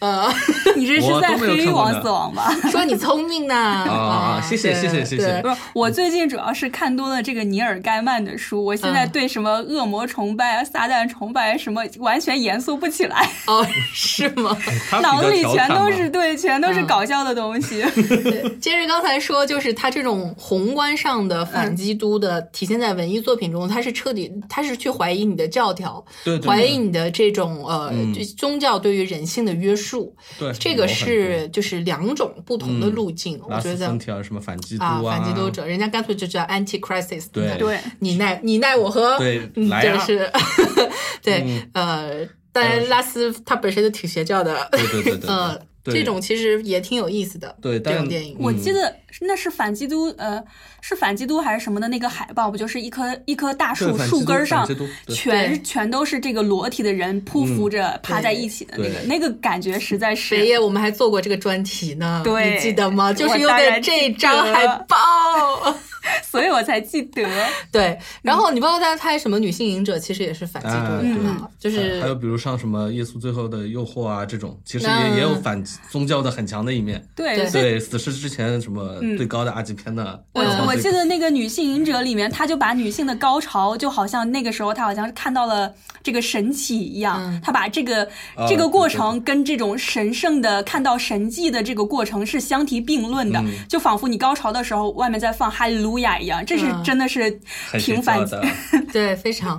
S1: 呃，
S3: 你这是
S2: 我
S3: 在
S2: 都没有
S3: 黑
S2: 看过
S3: 王
S2: 呢
S3: 死亡吧？
S1: 说你聪明呢。
S2: 啊谢谢
S1: 对
S2: 谢谢谢谢
S1: 对
S3: 不是， 我最近主要是看多了这个尼尔盖曼的书，我现在
S1: 嗯
S3: 对什么恶魔崇拜啊、撒旦崇拜什么完全严肃不起来，
S1: 哦，是吗？
S2: 他比较
S3: 脑子里
S2: 调
S3: 全
S2: 侃
S3: 都
S2: 嘛
S3: 是对，全都是
S1: 嗯
S3: 搞笑的 东西。
S1: 对接着刚才说，就是他这种宏观上的反基督的体现在文艺作品中，他是彻底，他是去怀疑你的教条，
S2: 对对
S1: 怀
S2: 对
S1: 疑你的这种呃、
S2: 嗯
S1: 就宗教对于人性的约束，
S2: 对
S1: 这
S2: 有
S1: 个
S2: 很
S1: 是就是两种不同的
S2: 嗯
S1: 路径，
S2: 多
S1: 我
S2: 拉
S1: 觉
S2: 斯
S1: 得
S2: 芬条什么反基督
S1: 啊，反基督
S2: 啊
S1: 者，人家干脆就叫 anti-crisis，
S2: 对
S1: 你看
S3: 对，
S1: 你奈你奈我何？
S2: 对
S1: 嗯
S2: 来
S1: 就
S2: 啊
S1: 是 对
S2: 嗯
S1: 呃，当然拉斯他本身就挺邪教的，
S2: 对对对对对
S1: 呃，
S2: 对
S1: 这种其实也挺有意思的，
S2: 对
S1: 这种
S2: 但嗯
S1: 电影，
S3: 我记得那是反基督，呃，是反基督还是什么的那个海报，不就是一棵一棵大
S2: 对
S3: 树
S2: 反基督
S3: 树根儿上
S2: 反基督对嗯
S1: 对
S3: 全全都是这个裸体的人匍匐着趴在一起的那个，
S2: 对
S3: 那个感觉实在是
S1: 北野我们还做过这个专题呢，
S3: 对
S1: 你记得吗？就
S3: 我
S1: 是用
S3: 当
S1: 的
S3: 然
S1: 这
S3: 记
S1: 张
S3: 得
S1: 海报，
S3: 所以我才记得。
S2: 嗯
S1: 对。然后你包括他拍什么《女性隐者》，其实也是反基督
S2: 哎
S1: 的
S2: 对
S1: 嘛，就
S2: 还还有
S1: 是
S2: 比如像什么耶稣最后的诱惑啊这种，其实
S1: 嗯
S2: 也也有反宗教的很强的一面。
S1: 对
S3: 对，所以
S2: 对，死侍之前什么最高的阿基片的，
S3: 嗯我
S2: 然后
S3: 我
S2: 最
S3: 记得那个《女性隐者》里面，她就把女性的高潮，就好像那个时候她好像是看到了这个神奇一样
S1: 嗯，
S3: 她把这个
S2: 啊
S3: 这个过
S2: 对对
S3: 程跟这种神圣的看到神迹的这个过程是相提并论的，
S2: 嗯
S3: 就仿佛你高潮的时候外面在放哈利路亚一样，这是
S1: 嗯
S3: 真的是
S2: 很邪
S3: 挺反
S2: 教的，
S1: 对非常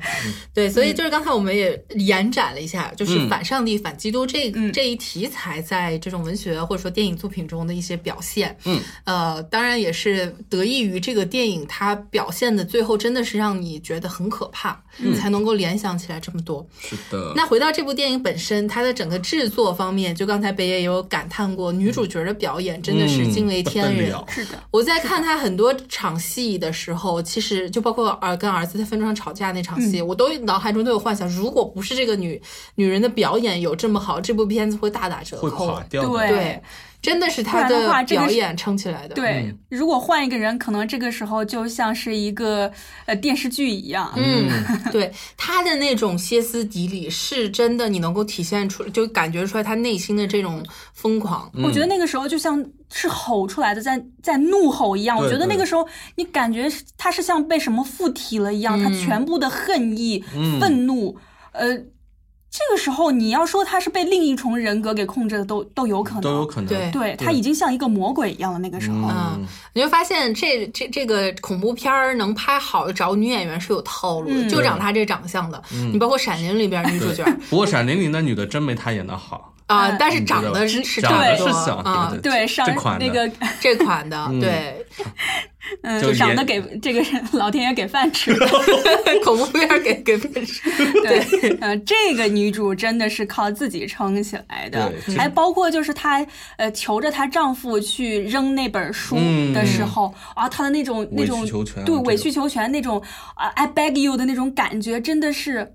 S1: 对，所以就是刚才我们也延展了一下，就是
S2: 嗯
S1: 反上帝、反基督这
S3: 嗯
S1: 这一题材在这种文学或者说电影作品中的一些表现。
S2: 嗯，
S1: 呃，当然也是得益于这个电影它表现的最后真的是让你觉得很可怕，
S2: 嗯
S1: 才能够联想起来这么多。
S2: 是的，
S1: 那回到这部电影本身，它的整个制作方面，就刚才北野也有感叹过，女主角的表演真的是
S2: 嗯
S1: 惊为
S2: 不
S1: 天
S2: 得
S1: 人。
S2: 了
S3: 是的，
S1: 我在看她很多场戏的时候，其实就包括儿跟儿子在饭桌上吵架那场戏，
S3: 嗯
S1: 我都脑海中都有幻想，如果不是这个女女人的表演有这么好，这部片子会大打折
S2: 会
S1: 扣
S2: 垮。掉的。
S3: 对
S1: 对，真的是
S3: 不
S1: 她
S3: 然的话这个
S1: 表
S3: 是
S1: 演撑起来的。
S3: 对，
S2: 嗯
S3: 如果换一个人，可能这个时候就像是一个呃电视剧一样，
S1: 嗯，对，他的那种歇斯底里是真的，你能够体现出，就感觉出来他内心的这种疯狂。
S3: 我
S2: 嗯
S3: 觉得那个时候就像是吼出来的，在在怒吼一样。我
S2: 对
S3: 觉得那
S2: 对
S3: 个时候你感觉是他是像被什么附体了一样，他全部的恨意、
S2: 嗯
S3: 愤怒，呃，这个时候你要说他是被另一重人格给控制的，都都有可能。
S2: 都有可能。
S1: 对
S3: 对他已经像一个魔鬼一样了。那个时候，
S1: 嗯，你会发现这这这个恐怖片儿能拍好找女演员是有套路的，
S3: 嗯
S1: 就长她这长相的。
S2: 嗯
S1: 你包括《闪灵》里边女主角儿
S2: 不过《闪灵》里那女的真没她演的好，
S1: 啊、
S3: 嗯
S1: 但是长得是
S2: 嗯
S1: 是
S2: 长
S1: 差
S2: 得
S1: 不多
S2: 是像
S1: 啊、
S2: 对
S3: 对上
S2: 这款的
S3: 那个
S1: 这款的，
S2: 嗯
S1: 对
S3: 嗯，
S2: 就
S3: 长
S2: 也
S3: 得给这个人老天爷给饭 吃了。
S1: 恐怖片儿给给
S3: 对，呃，这个女主真的是靠自己撑起来的
S2: 对，这
S3: 还包括就是她呃求着她丈夫去扔那本书
S2: 嗯
S3: 的时候、啊，她的那种那
S2: 委
S3: 种
S2: 曲求全啊
S3: 对
S2: 这
S3: 委
S2: 种
S3: 曲求全那种啊、i beg you 的那种感觉，真的是。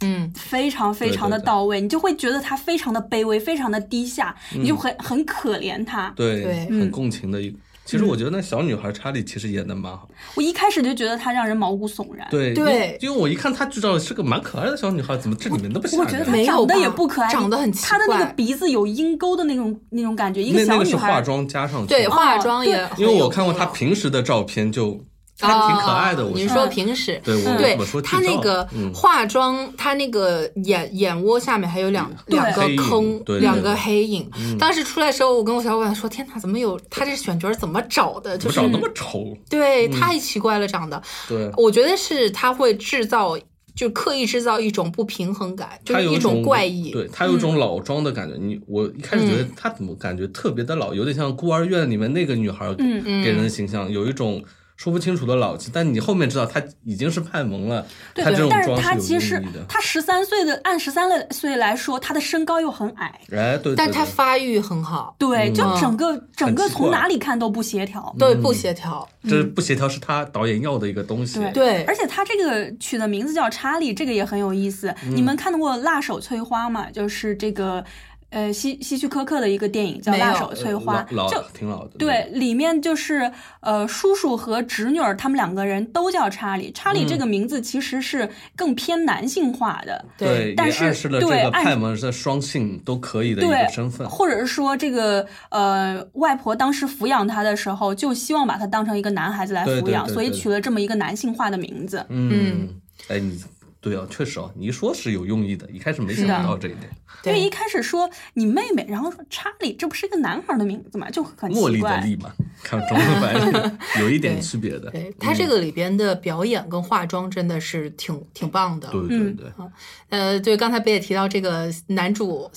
S1: 嗯，
S3: 非常非
S2: 对
S3: 常
S2: 对
S3: 的
S2: 对
S3: 到位，你就会觉得她非常的卑微，非常的低下，你就
S2: 嗯
S3: 很很可怜她。
S2: 对，
S1: 对
S2: 很共情的一个。其实我觉得那小女孩查理其实演的蛮好，
S3: 我一开始就觉得她让人毛骨悚然，
S2: 对
S1: 对
S2: 因为因为我一看她剧照是个蛮可爱的小女孩，怎么这里面那么吓
S3: 我
S2: 人？
S3: 觉得她
S1: 没有
S3: 长得也
S1: 吧
S3: 不可爱，
S1: 长得很奇
S3: 她的那个
S1: 怪
S3: 鼻子有鹰钩的那种那种感觉，一
S2: 那那
S3: 小
S2: 个
S3: 女
S2: 是
S3: 孩
S2: 化妆加上去的，
S1: 对化妆也
S3: 哦对
S1: 很
S2: 因
S1: 有
S2: 为我看过
S1: 功
S2: 她
S1: 劳
S2: 平时的照片就，她
S1: 啊，
S2: 挺可爱的，我
S1: 你是
S2: 觉得
S1: 说平时？
S2: 对
S3: 嗯
S2: 我
S1: 对
S2: 我说剧
S1: 他那
S2: 照
S1: 个
S2: 嗯
S1: 化妆，他那个眼眼窝下面还有两
S3: 对
S1: 两个
S2: 黑影
S1: 坑，
S2: 对对
S1: 两
S2: 对嗯
S1: 个黑影。当时出来的时候，我跟我小伙伴说：“天哪，怎么有他这选角怎么找的？就
S2: 怎么
S1: 是
S2: 长那么丑？
S1: 对，太奇怪了，长得。
S2: 对，
S1: 我觉得是他会制造，就刻意制造一种不平衡感，就
S2: 她
S1: 是
S2: 有
S1: 一
S2: 种
S1: 怪异。
S2: 对她有一
S3: 嗯
S2: 种老庄的感觉。你我一开始觉得她怎么感觉特别的老，有点像孤儿院里面那个女孩，
S3: 嗯
S2: 给人的形象，有一种说不清楚的老气，但你后面知道他已经是叛蒙了，
S3: 对
S2: 他这种
S3: 对，但
S2: 装
S3: 是他
S2: 是
S3: 其
S2: 有
S3: 实
S2: 意义的。
S3: 他十三岁的，按十三岁来说，他的身高又很矮，
S2: 哎，对，
S1: 但
S2: 对
S1: 他
S2: 对
S1: 发育很好，
S3: 对，就
S1: 嗯
S3: 整个整个
S2: 很奇
S3: 从
S2: 怪嗯
S3: 哪里看都不协调。
S1: 对，不协调，
S2: 这
S3: 嗯
S2: 不协调是他导演要的一个东西。
S1: 对
S3: 而且他这个取的名字叫查理，这个也很有意思。
S2: 嗯
S3: 你们看过《辣手翠花》吗？就是这个，呃，希希区柯克的一个电影叫《
S1: 没有
S3: 辣手翠花
S2: 呃》，老
S3: 就
S2: 老挺老的。
S3: 对，里面就是呃，叔叔和侄女儿他们两个人都叫查理。查理这个名字其实是更偏男性化的，
S2: 嗯对，
S3: 但
S2: 也
S3: 是
S2: 暗示了这
S3: 对
S2: 个
S3: 暗示
S2: 派蒙是双性都可以的一
S3: 对
S2: 个身份。
S3: 或者是说这个呃，外婆当时抚养他的时候，就希望把他当成一个男孩子来
S2: 对
S3: 抚
S2: 对
S3: 养，
S2: 对
S3: 所以
S2: 对
S3: 取了这么一个男性化的名字。
S2: 嗯，哎，你对啊，确实啊，你一说是有用意的，一开始没想
S3: 的
S2: 到这一点。
S3: 因为一
S1: 对，
S3: 开始说你妹妹，然后说查理，这不是一个男孩的名字嘛，就很
S2: 茉
S3: 奇
S2: 莉的
S3: 怪。
S2: 莉嘛，看中文版 有一点区别的。
S1: 对他
S2: 嗯
S1: 这个里边的表演跟化妆真的是挺挺棒的，
S2: 对
S3: 嗯
S2: 对对，
S1: 呃，对，刚才北也提到这个男主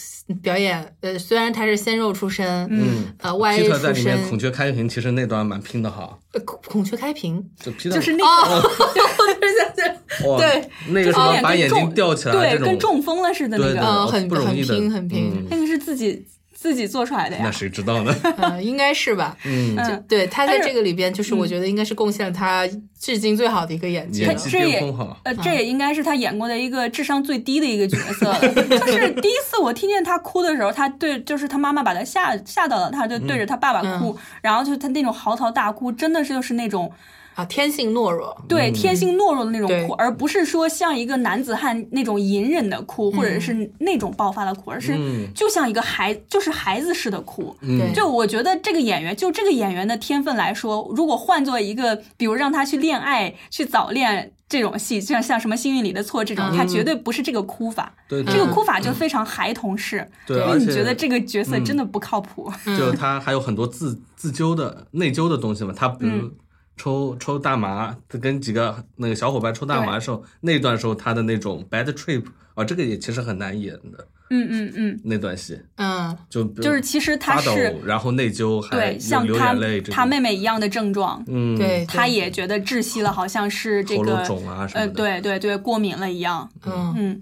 S1: 表演，呃，虽然他是鲜肉出身，
S2: 嗯，
S1: 呃，Y
S2: 皮
S1: A
S2: 特在
S1: 出
S2: 里面孔
S1: 身，
S2: 雀开屏，其实那段蛮拼的哈。
S1: 呃孔孔雀开屏，
S2: 就皮特
S3: 就是那个，
S1: 哦，对对对，
S2: 哇
S1: 对，
S2: 那个
S3: 就
S2: 什
S3: 是有
S2: 么
S3: 点
S2: 把
S3: 哦跟
S2: 眼睛
S3: 中
S2: 吊起来
S3: 对，
S2: 这种
S3: 跟，中风了似的那
S2: 对对，
S3: 个，
S1: 嗯
S2: 哦
S1: 很
S2: 不容易的，
S1: 很拼很拼
S2: 嗯
S3: 那个是自己自己做出来的呀
S2: 那。谁知 道呢？
S1: 呃，应该是吧？
S2: 嗯，
S3: 嗯，
S1: 对，他在
S3: 但是嗯
S1: 这个里边，就是我觉得应该是贡献了他至今最好的一个演技
S2: 演
S1: 了。
S2: 技
S3: 这也
S2: 巅峰哈。
S3: 呃，这也应该是他演过的一个智商最低的一个角色了。 就是第一次我听见他哭的时候，他对，就是他妈妈把他吓吓到了，他就对着他爸爸哭，然后就他那种嚎啕大哭，真的是就是那种
S1: 啊，天性懦弱，
S3: 对天性懦弱的那种
S1: 对
S3: 哭，而不是说像一个男子汉那种隐忍的哭，或者是那种爆发的哭，而是
S2: 嗯
S3: 就像一个孩就是孩子似的哭。
S1: 对
S2: 嗯，
S3: 就我觉得这个演员，就这个演员的天分来说，如果换做一个，比如让他去恋爱、去早恋这种戏，像像什么《幸运里的错》这种，他绝对不是这个哭法。
S2: 对
S3: 这个哭法就非常孩童式，
S2: 对
S3: 因为
S2: 嗯而
S3: 你
S2: 且
S3: 觉得这个角色真的不靠谱。
S2: 就他还有很多自自纠的内疚的东西嘛，他比
S3: 嗯
S2: 如抽、抽大麻，他跟几个那个小伙伴抽大麻的时候，那段时候他的那种 bad trip 啊，这个也其实很难演的
S3: 嗯嗯嗯，
S2: 那段戏，
S1: 嗯，
S2: 就比如
S3: 就是其实他
S2: 发抖
S3: 是，
S2: 然后内疚，还
S3: 对像
S2: 流
S3: 他
S2: 眼泪这种，
S3: 他妹妹一样的症状，
S2: 嗯，
S1: 对，
S3: 他
S1: 对，
S3: 也觉得窒息了，好像是这
S2: 喉
S3: 个
S2: 咙肿啊什么
S3: 呃，
S2: 的，
S3: 对对对，过敏了一样。
S1: 嗯。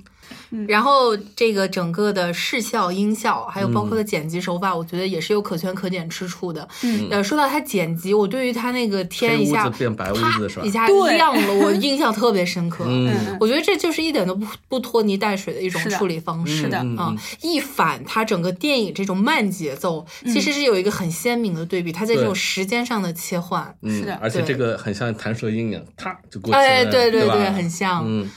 S3: 嗯，
S1: 然后这个整个的视效、音效，还有包
S2: 嗯
S1: 括的剪辑手法，我觉得也是有可圈可点之处的。
S3: 嗯
S1: 呃，说到他剪辑，我对于他那个天一
S2: 黑
S1: 下
S2: 屋子变白屋
S1: 啪
S2: 子是吧
S1: 一？下
S3: 对
S1: 亮了，我印象特别深刻。
S2: 嗯，
S3: 嗯
S1: 我觉得这就是一点都不不拖泥带水的一种
S3: 是的
S1: 处理方式。
S3: 是的
S2: 嗯
S1: 啊、一反它整个电影这种慢节奏，其实是有一个很鲜明的对比，它在这种
S2: 嗯对
S1: 时间上的切换。
S2: 嗯
S3: 是的
S2: 而且
S1: 对
S2: 这个很像弹射音一样，啪就过去了，
S1: 哎，对
S2: 对吧
S1: 对，很像。
S2: 嗯，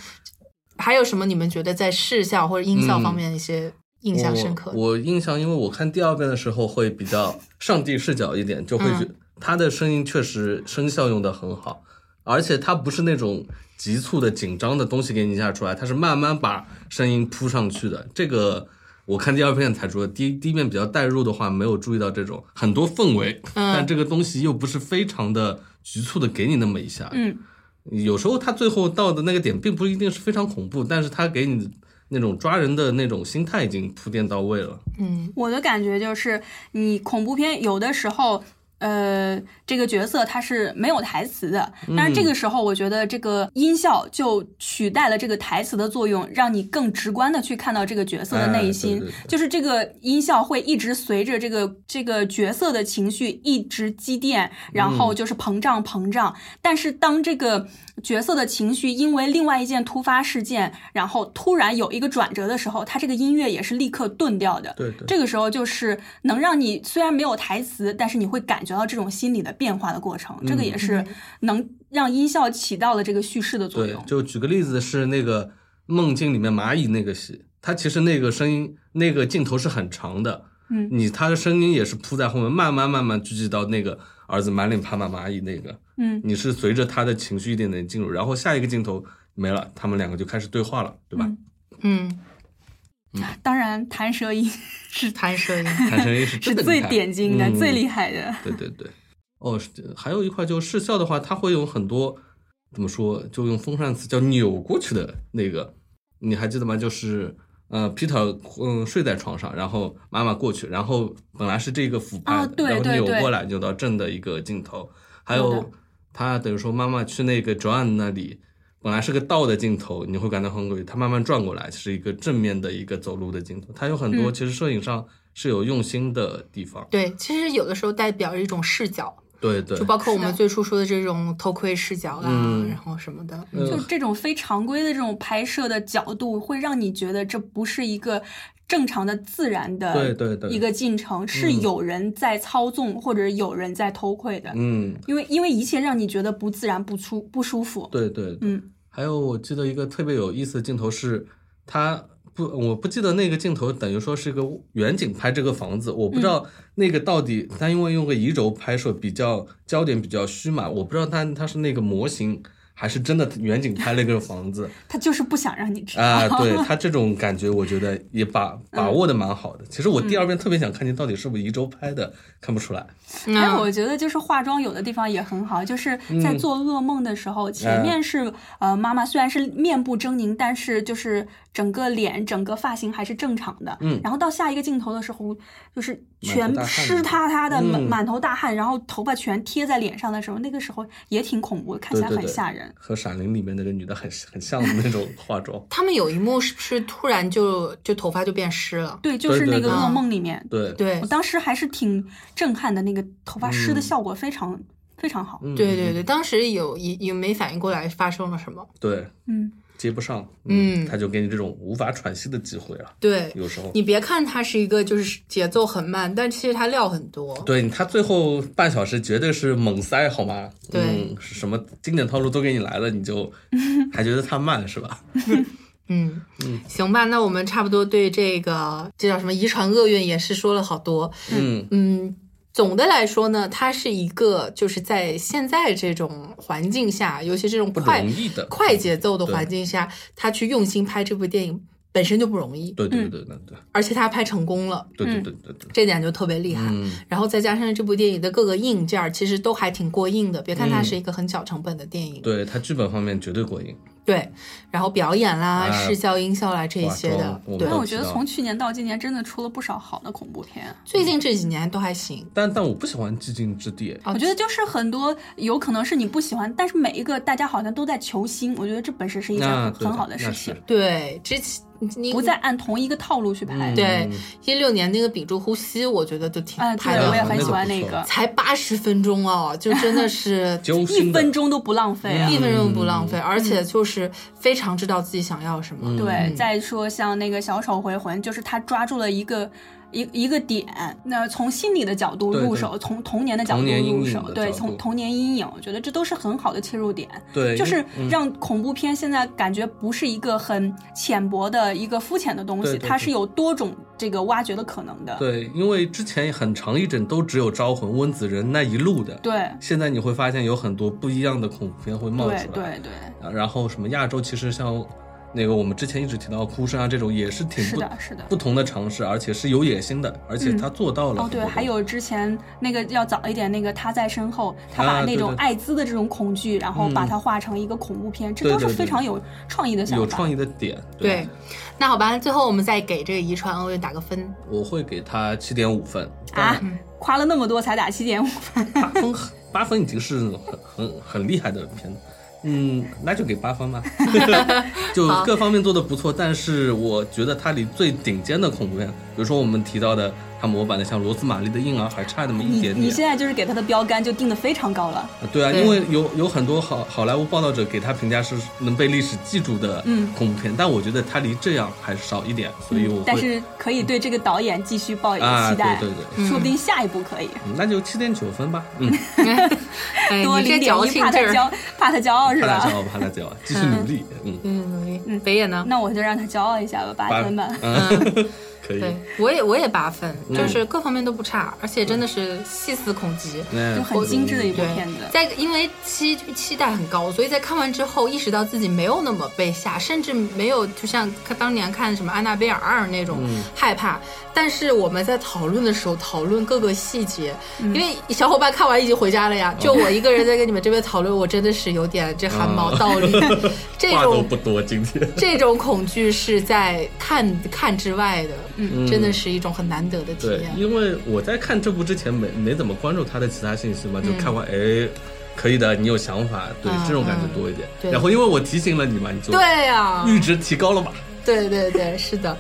S1: 还有什么你们觉得在视效或者音效方面的一些印象深刻的？
S2: 嗯我。我印象，因为我看第二遍的时候会比较上帝视角一点，就会
S1: 嗯
S2: 觉他的声音确实声效用的很好，而且他不是那种急促的、紧张的东西给你一下出来，他是慢慢把声音铺上去的。这个我看第二遍才说，第一第一遍比较代入的话，没有注意到这种很多氛围，
S1: 嗯
S2: 但这个东西又不是非常的局促的给你那么一下，
S3: 嗯。
S2: 有时候他最后到的那个点并不一定是非常恐怖，但是他给你那种抓人的那种心态已经铺垫到位了。
S1: 嗯
S3: 我的感觉就是，你恐怖片有的时候，呃，这个角色他是没有台词的，但
S2: 嗯
S3: 是这个时候我觉得这个音效就取代了这个台词的作用，让你更直观的去看到这个角色的内心。
S2: 哎对对对
S3: 就是这个音效会一直随着这个这个角色的情绪一直积淀，然
S2: 嗯
S3: 后就是膨胀膨胀。但是当这个角色的情绪因为另外一件突发事件，然后突然有一个转折的时候，它这个音乐也是立刻顿掉的。
S2: 对对
S3: 这个时候就是能让你虽然没有台词，但是你会感觉到这种心理的变化的过程，
S2: 嗯
S3: 这个也是能让音效起到了这个叙事的作
S2: 对
S3: 用，。
S2: 就举个例子是那个梦境里面蚂蚁那个戏，它其实那个声音那个镜头是很长的，
S3: 嗯，
S2: 你它的声音也是铺在后面，慢慢慢慢聚集到那个儿子满脸爬满蚂蚁那个，
S3: 嗯，
S2: 你是随着他的情绪一点点进入，然后下一个镜头没了，他们两个就开始对话了，对吧？
S1: 嗯，
S3: 嗯当然弹舌音是
S1: 弹射音，
S2: 弹声音 是
S3: 是
S2: 真的厉
S3: 最
S2: 害
S3: 点睛的、
S2: 嗯
S3: 最厉害的。
S2: 对对对，哦，是的还有一块就是视效的话，它会有很多怎么说，就用风扇词叫扭过去的那个，你还记得吗？就是呃，皮特嗯睡在床上，然后妈妈过去，然后本来是这个俯拍的，
S3: 啊对
S2: 然后
S3: 对
S2: 扭
S3: 对
S2: 过来扭到正的一个镜头，还
S3: 有
S2: 有
S3: 的
S2: 他等于说妈妈去那个 John 那里，本来是个倒的镜头，你会感到很诡异，他慢慢转过来是一个正面的一个走路的镜头，它有很
S3: 嗯
S2: 多其实摄影上是有用心的地方，
S1: 对，其实有的时候代表一种视角，
S2: 对对
S1: 就，包括我
S3: 是
S1: 们
S3: 的
S1: 最初说的这种头盔视角啦，啊
S2: 嗯
S1: 然后什么的。
S2: 嗯
S3: 就是这种非常规的这种拍摄的角度，会让你觉得这不是一个正常的、自然
S2: 对
S3: 的
S2: 对对，
S3: 一个进程，是有人在操纵或者有人在偷窥的。
S2: 嗯，
S3: 因为因为一切让你觉得不自然、不舒不舒服。
S2: 对对，对
S3: 嗯，
S2: 还有我记得一个特别有意思的镜头是，他不，我不记得那个镜头等于说是个远景拍这个房子，我不知道那个到底他因为用个移轴拍摄比较焦点比较虚嘛，我不知道他他是那个模型。还是真的远景拍了一个房 子
S3: 他就是不想让你知道。
S2: 啊！对他这种感觉，我觉得也把把握的蛮好的。其实我第二遍特别想看见到底是不是移轴拍的，看不出来。
S3: 还
S1: 嗯。
S3: 有，哎我觉得就是化妆有的地方也很好，就是
S2: 嗯
S3: 在做噩梦的时候，前面是呃妈妈虽然是面部狰狞，但是就是整个脸、整个发型还是正常的。
S2: 嗯
S3: 然后到下一个镜头的时候，就是
S2: 满头
S3: 全
S2: 大汗
S3: 湿塌塌的，满
S2: 嗯
S3: 满头大汗，然后头发全贴在脸上的时候，那个时候也挺恐怖，看起来
S2: 对对
S3: 很
S2: 对
S3: 吓人。
S2: 和《闪灵》里面那个女的很很像的那种化妆
S1: 他们有一幕是不是突然就就头发就变湿了？
S3: 对，就是
S2: 对
S3: 那
S2: 对
S3: 个
S2: 对
S3: 噩梦里面，
S2: 对，
S1: 对
S3: 我，当时还是挺震撼的，那个头发湿的效果非常、非常好。
S2: 嗯
S1: 对对对，当时有也也没反应过来发生了什么。
S2: 对，
S3: 嗯，
S2: 接不上，
S1: 嗯
S2: 他就给你这种无法喘息的机会了。
S1: 对
S2: 有时候，
S1: 你别看它是一个就是节奏很慢，但其实它料很多。
S2: 对他最后半小时绝对是猛塞，好吗？
S1: 对
S2: 嗯，是什么经典套路都给你来了，你 就还觉得他慢是吧？
S1: 嗯，行吧，那我们差不多对这个这叫什么遗传厄运也是说了好多。
S2: 嗯，
S1: 嗯，总的来说呢，它是一个就是在现在这种环境下，尤其这种
S2: 不
S1: 快
S2: 容易的。
S1: 快节奏的环境下，他去用心拍这部电影本身就不容易，
S2: 对对对
S3: 嗯
S2: 对对
S1: 而且他拍成功了，
S2: 对对对对对，
S1: 这点就特别厉害。
S2: 嗯，
S1: 然后再加上这部电影的各个硬件儿，其实都还挺过硬的。别看
S2: 嗯
S1: 它是一个很小成本的电影，
S2: 对他剧本方面绝对过硬。
S1: 对，然后表演啦、
S2: 哎
S1: 视效、音效啦这
S2: 化
S1: 些的
S2: 妆我，们
S1: 对
S2: 都
S3: 但，我觉得
S2: 知道啊
S3: 从去年到今年，真的出了不少好的恐怖片。
S1: 最近这几年都还行。
S2: 但但我不喜欢寂静之地，
S1: 啊
S3: 我觉得就是很多有可能是你不喜欢，但是每一个大家好像都在求新，我觉得这本身是一件
S2: 那
S3: 很
S2: 啊对
S3: 很好的
S2: 那
S3: 事
S2: 是
S3: 情，
S1: 对，之前你
S3: 不再按同一个套
S2: 嗯
S3: 路去拍。
S1: 对一六年那个《屏住呼吸》，我觉得就挺
S3: 哎，
S1: 拍
S3: 对
S1: 的，
S3: 我也
S2: 好
S3: 很
S2: 那
S3: 喜
S2: 个
S3: 欢
S2: 不
S3: 那
S2: 错
S3: 个，
S1: 才八十分钟哦，就真的是
S2: 揪
S3: 一
S2: 心的嗯
S3: 分钟都不浪费啊。
S1: 一分钟都不浪费，而且就是非常知道自己想要什么。
S2: 嗯
S3: 对，再说像那个小丑回魂，就是他抓住了一个一一个点，那从心理的角度
S2: 对对
S3: 入手，从童年的角度
S2: 童年阴
S3: 入
S2: 影
S3: 手，
S2: 的
S3: 对，
S2: 角度
S3: 从童年阴影，我觉得这都是很好的切入点，
S2: 对，嗯
S3: 就是让恐怖片现在感觉不是一个很浅薄的一个肤浅的东
S2: 对
S3: 西，
S2: 对对
S3: 它是有多种这个挖掘的可能的。
S2: 嗯对，因为之前很长一阵都只有招魂、温子仁那一路的，
S3: 对
S2: 现在你会发现有很多不一样的恐怖片会冒出来
S3: 对，对对，
S2: 啊然后什么亚洲其实像那个我们之前一直提到哭声啊这种也是挺
S3: 是
S2: 不
S3: 的，是的。
S2: 不同的尝试，而且是有野心的，而且他做到了很
S3: 哦，
S2: 多
S3: 对，
S2: 东西、
S3: 还有之前那个要早一点，那个他在身后，他
S2: 啊
S3: 把
S2: 对
S3: 那种
S2: 对嗯
S3: 艾滋的这种恐惧，然后把它画成一个恐怖片，这都
S2: 对
S3: 是
S2: 对对
S3: 非常有创意的想法。
S2: 有创意的点，
S1: 对，那好吧，最后我们再给这个遗传厄运打个分。
S2: 我会给他七点五分
S3: 啊，夸了那么多才打 七点五分，
S2: 八分八分已经是很很很厉害的片子。嗯，那就给八分 吧，就各方面做的不错，但是我觉得它离最顶尖的恐怖片，比如说我们提到的它模板的像罗斯玛丽的婴儿还差那么一
S3: 你
S2: 点点。
S3: 你现在就是给他的标杆就定的非常高了。
S2: 啊对啊，
S1: 对
S2: 因为有有很多好好莱坞报道者给他评价是能被历史记住的
S3: 嗯
S2: 恐怖片，但我觉得他离这样还少一点，所以我会、
S3: 但是可以对这个导演继续抱有
S2: 啊，
S3: 期待，
S2: 对对对，
S3: 说不定下一步可以。
S2: 嗯那就七点九分吧，嗯，
S1: 哎，
S3: 多
S1: 你这
S3: 零点
S1: 矫
S3: 一，
S1: 情
S3: 怕他
S1: 劲儿，
S3: 骄，怕他骄傲 是
S2: 怕他骄
S3: 吧？
S2: 傲，怕他骄傲，继续努力，嗯，
S1: 嗯，努力。北野呢？
S3: 那我就让他骄傲一下吧， 八分吧。
S2: 嗯， 可以，嗯
S1: 对，我也我也八分，就是各方面都不差，而且真的是细思恐极。
S2: 那
S3: 就很精致的一部
S1: 对
S3: 片子，
S1: 在因为期期待很高，所以在看完之后意识到自己没有那么被吓，甚至没有就像看当年看什么《安娜贝尔二》那种
S2: 嗯
S1: 害怕。但是我们在讨论的时候，讨论各个细节，因为小伙伴看完已经回家了
S2: 哦
S1: 呀，就我一个人在跟你们这边讨论，我真的是有点这汗毛倒 立。这
S2: 哦话都
S1: 种
S2: 不多，今天，
S1: 这种恐惧是在看看之外的，嗯，真的是一啊种很难得的体
S2: 对，
S1: 验。
S2: 因为我在看这部之前没没怎么关注他的其他信息嘛，就看完，哎，可以的，你有想法，对
S1: 嗯
S2: 这种感觉多一点。
S1: 对
S2: 然后因为我提醒了你嘛，你就
S1: 对呀、
S2: 阈值提高了嘛。
S1: 对对对，是的，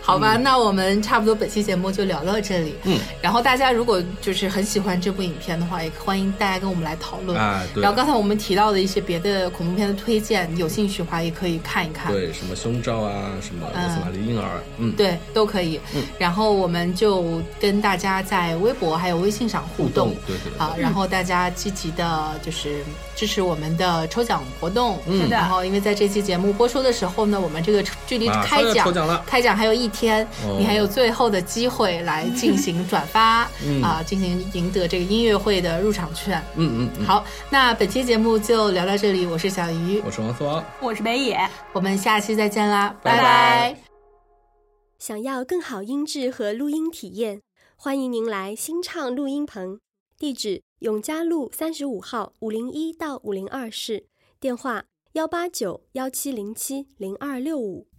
S1: 好吧，那我们差不多本期节目就聊到这里。
S2: 嗯，
S1: 然后大家如果就是很喜欢这部影片的话，也欢迎大家跟我们来讨论。
S2: 啊，对
S1: 然后刚才我们提到的一些别的恐怖片的推荐，有兴趣的话也可以看一看。
S2: 对，什么胸罩啊，什么
S1: 嗯
S2: 罗斯玛丽婴儿，嗯，
S1: 对，都可以。
S2: 嗯
S1: 然后我们就跟大家在微博还有微信上互
S2: 互
S1: 动
S2: 动，对对对
S1: 啊，然后大家积极的，就是支持我们的抽奖活动。
S2: 嗯是
S3: 的
S1: 然后因为在这期节目播出的时候呢，我们这个距离
S2: 马
S1: 开
S2: 上要
S1: 奖
S2: 抽奖了
S1: 开奖还有一天，
S2: 哦
S1: 你还有最后的机会来进行转发
S2: 嗯
S1: 啊，进行赢得这个音乐会的入场券。
S2: 嗯嗯嗯，
S1: 好，那本期节目就聊到这里，我是小鱼，
S2: 我是王思王。
S3: 我是北野，
S1: 我们下期再见啦，拜
S2: 拜
S1: 拜
S2: 拜
S4: 想要更好音质和录音体验，欢迎您来新唱录音棚，地址永嘉路三十五号五零一到五零二室，电话幺八九幺七零七零二六五。